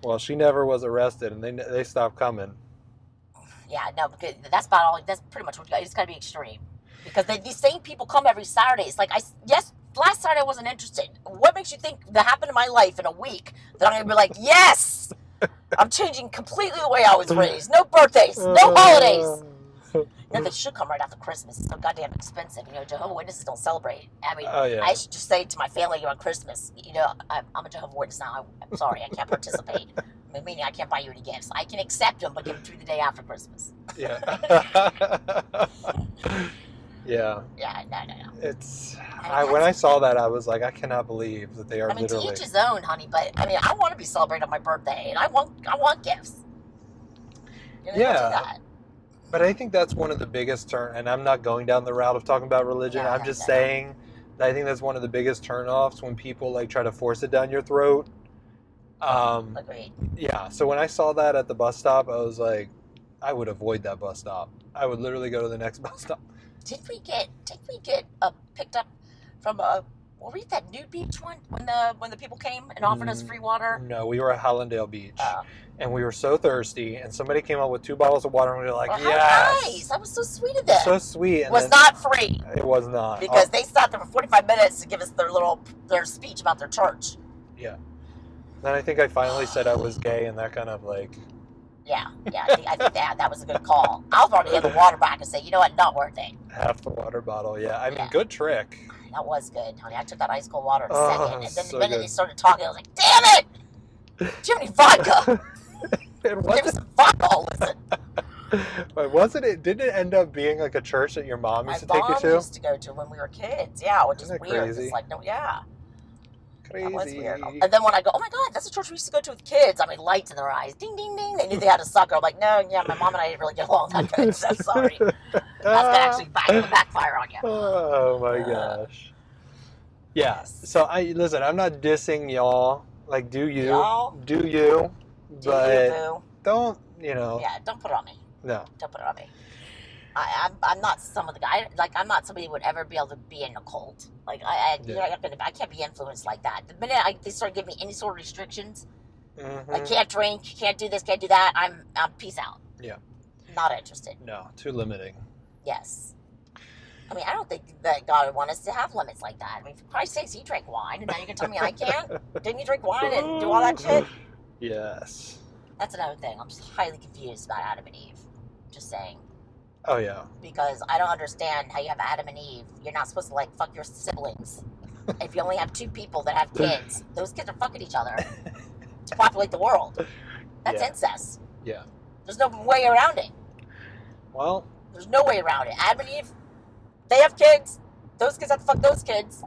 [SPEAKER 1] well, she never was arrested, and they they stopped coming.
[SPEAKER 2] Yeah, no, because that's about all. That's pretty much what you got. You just got to be extreme because they, these same people come every Saturday. It's like I yes, last Saturday I wasn't interested. What makes you think that happened in my life in a week that I'm gonna be like yes? I'm changing completely the way
[SPEAKER 1] (laughs)
[SPEAKER 2] I was raised. No birthdays, no
[SPEAKER 1] Uh,
[SPEAKER 2] holidays. No,
[SPEAKER 1] Mm-hmm.
[SPEAKER 2] they should come right after Christmas. It's so goddamn expensive. You know, Jehovah Witnesses don't celebrate. I mean,
[SPEAKER 1] Oh, yeah.
[SPEAKER 2] I should just say to my family on Christmas, you know, I'm, I'm a Jehovah Witness now. I'm, I'm sorry, I can't
[SPEAKER 1] (laughs)
[SPEAKER 2] participate. Meaning, I can't buy you any gifts. I can accept them, but give them to you the day after Christmas.
[SPEAKER 1] (laughs)
[SPEAKER 2] (laughs)
[SPEAKER 1] Yeah. (laughs) yeah.
[SPEAKER 2] Yeah, no, no, no.
[SPEAKER 1] It's I, when I saw that I was like I cannot believe that they are
[SPEAKER 2] I mean, to
[SPEAKER 1] literally
[SPEAKER 2] each his own, honey. But I mean, I want to be celebrated on my birthday, and I want, I want gifts. You know,
[SPEAKER 1] Yeah.
[SPEAKER 2] do that.
[SPEAKER 1] But I think that's one of the biggest turn and I'm not going down the route of talking about religion.
[SPEAKER 2] No,
[SPEAKER 1] I'm
[SPEAKER 2] no,
[SPEAKER 1] just
[SPEAKER 2] no.
[SPEAKER 1] saying that I think that's one of the biggest turnoffs when people like try to force it down your throat. Um
[SPEAKER 2] Agreed.
[SPEAKER 1] yeah, so when I saw that at the bus stop, I was like I would avoid that bus stop. I would literally go to the next (laughs) bus stop.
[SPEAKER 2] Did we get? Did we get uh, picked up from a? Were we at that nude beach one when the when the people came and offered us
[SPEAKER 1] Mm,
[SPEAKER 2] free water?
[SPEAKER 1] No, we were at Hollandale Beach
[SPEAKER 2] Uh,
[SPEAKER 1] and we were so thirsty and somebody came up with two bottles of water and we were like,
[SPEAKER 2] well, how nice!
[SPEAKER 1] "Yes."
[SPEAKER 2] That was so sweet of them.
[SPEAKER 1] So Oh. sweet. And
[SPEAKER 2] was
[SPEAKER 1] then-
[SPEAKER 2] not free
[SPEAKER 1] It was not.
[SPEAKER 2] because they stopped there for forty five minutes to give us their little their speech about their church.
[SPEAKER 1] Then I think I finally said I was gay, and that kind of like,
[SPEAKER 2] Yeah, yeah. I think, I think that that was a good call. I'll already
[SPEAKER 1] (laughs)
[SPEAKER 2] have the water back and say, you know what, not worth it.
[SPEAKER 1] half the water bottle. Yeah, I mean,
[SPEAKER 2] Yeah.
[SPEAKER 1] good trick. (laughs)
[SPEAKER 2] That was good, honey. I took that ice cold water in a
[SPEAKER 1] Oh,
[SPEAKER 2] second, and then
[SPEAKER 1] so
[SPEAKER 2] the minute they
[SPEAKER 1] good.
[SPEAKER 2] started talking, I was like, "Damn it! Do you have
[SPEAKER 1] (laughs)
[SPEAKER 2] any vodka?
[SPEAKER 1] It
[SPEAKER 2] Give
[SPEAKER 1] (laughs)
[SPEAKER 2] me
[SPEAKER 1] wasn't.
[SPEAKER 2] some vodka. I'll Listen,
[SPEAKER 1] (laughs) But wasn't it? Didn't it end up being like a church that your mom
[SPEAKER 2] my
[SPEAKER 1] used to
[SPEAKER 2] mom
[SPEAKER 1] take you to?
[SPEAKER 2] used to go to when we were kids. Yeah, which is
[SPEAKER 1] Isn't that
[SPEAKER 2] weird.
[SPEAKER 1] crazy?
[SPEAKER 2] It's like, no, yeah, that was
[SPEAKER 1] Crazy.
[SPEAKER 2] weird. And then when I go, oh my god, that's the church we used to go to with kids. I mean, lights in their eyes, ding, ding, ding. They knew they had a sucker. I'm like, no, yeah, my mom and I didn't really get along that good.
[SPEAKER 1] (laughs)
[SPEAKER 2] So sorry, that's gonna actually back, backfire on you.
[SPEAKER 1] Oh my gosh. Yeah. So I listen. I'm not dissing y'all. Like, do you?
[SPEAKER 2] Y'all?
[SPEAKER 1] Do you?
[SPEAKER 2] Do
[SPEAKER 1] But
[SPEAKER 2] you,
[SPEAKER 1] don't you
[SPEAKER 2] boo?
[SPEAKER 1] know?
[SPEAKER 2] Yeah, don't put it on me.
[SPEAKER 1] No.
[SPEAKER 2] Don't put it on me. I, I'm, I'm not some of the guy like I'm not somebody who would ever be able to be in a cult. Like I I, you know, I, couldn't- I can't be influenced like that. The minute I, they start giving me any sort of restrictions,
[SPEAKER 1] Mhm.
[SPEAKER 2] like can't drink, can't do this, can't do that, I'm I'm peace out.
[SPEAKER 1] Yeah.
[SPEAKER 2] Not interested.
[SPEAKER 1] No. Too limiting.
[SPEAKER 2] Yes. I mean, I don't think that God would want us to have limits like that. I mean, for Christ's sakes, He drank wine, and now you're gonna tell me I can't? Didn't you drink wine and do
[SPEAKER 1] (laughs)
[SPEAKER 2] all that shit?
[SPEAKER 1] Yes.
[SPEAKER 2] That's another thing. I'm just highly confused about Adam and Eve. Just saying.
[SPEAKER 1] Oh yeah.
[SPEAKER 2] because I don't understand how you have Adam and Eve. You're not supposed to like fuck your siblings. if you only have two people that have kids, those kids are fucking each other to populate the world. That's
[SPEAKER 1] Yeah.
[SPEAKER 2] incest.
[SPEAKER 1] Yeah.
[SPEAKER 2] There's no way around it.
[SPEAKER 1] Well,
[SPEAKER 2] There's no way around it. Adam and Eve, they have kids. Those kids have to fuck those kids.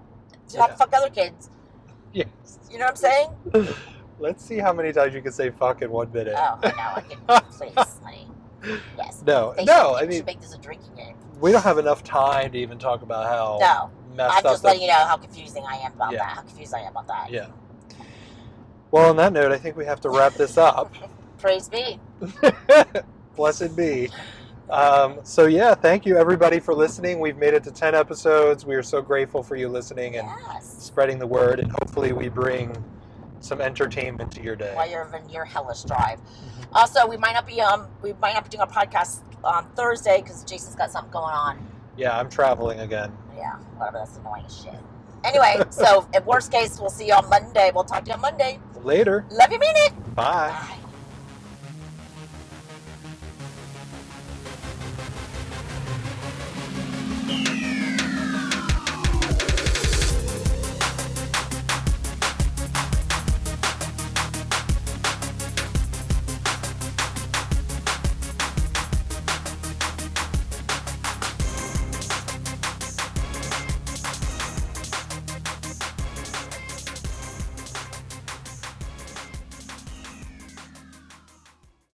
[SPEAKER 2] To have
[SPEAKER 1] Yeah.
[SPEAKER 2] to fuck other kids.
[SPEAKER 1] yes.
[SPEAKER 2] You know what I'm saying?
[SPEAKER 1] Let's see how many times you can say fuck in one minute.
[SPEAKER 2] Oh, no, I
[SPEAKER 1] (laughs)
[SPEAKER 2] can please, honey. Yes.
[SPEAKER 1] no,
[SPEAKER 2] They
[SPEAKER 1] no,
[SPEAKER 2] should,
[SPEAKER 1] I
[SPEAKER 2] they
[SPEAKER 1] mean,
[SPEAKER 2] should make this a drinking game.
[SPEAKER 1] we don't have enough time to even talk about how
[SPEAKER 2] No,
[SPEAKER 1] messed
[SPEAKER 2] I'm
[SPEAKER 1] up
[SPEAKER 2] just
[SPEAKER 1] Oh, the-
[SPEAKER 2] letting you know how confusing I am about
[SPEAKER 1] Yeah.
[SPEAKER 2] that. How confused I am about that.
[SPEAKER 1] Yeah. Well, on that note,
[SPEAKER 2] (laughs)
[SPEAKER 1] I think we have to wrap this up.
[SPEAKER 2] Praise be.
[SPEAKER 1] Blessed be. Um, so yeah, thank you everybody for listening. We've made it to ten episodes. We are so grateful for you listening and
[SPEAKER 2] Yes.
[SPEAKER 1] spreading the word, and hopefully we bring some entertainment to your day.
[SPEAKER 2] While you're in your hellish drive.
[SPEAKER 1] Mm-hmm.
[SPEAKER 2] Also, we might not be um we might not be doing a podcast on Thursday because Jason's got something going on.
[SPEAKER 1] Yeah, I'm traveling again.
[SPEAKER 2] Yeah, whatever. That's annoying as shit. Anyway, so at worst case, we'll see you on Monday. We'll talk to you on Monday.
[SPEAKER 1] Later.
[SPEAKER 2] Love you, mean it.
[SPEAKER 1] Bye.
[SPEAKER 2] Bye.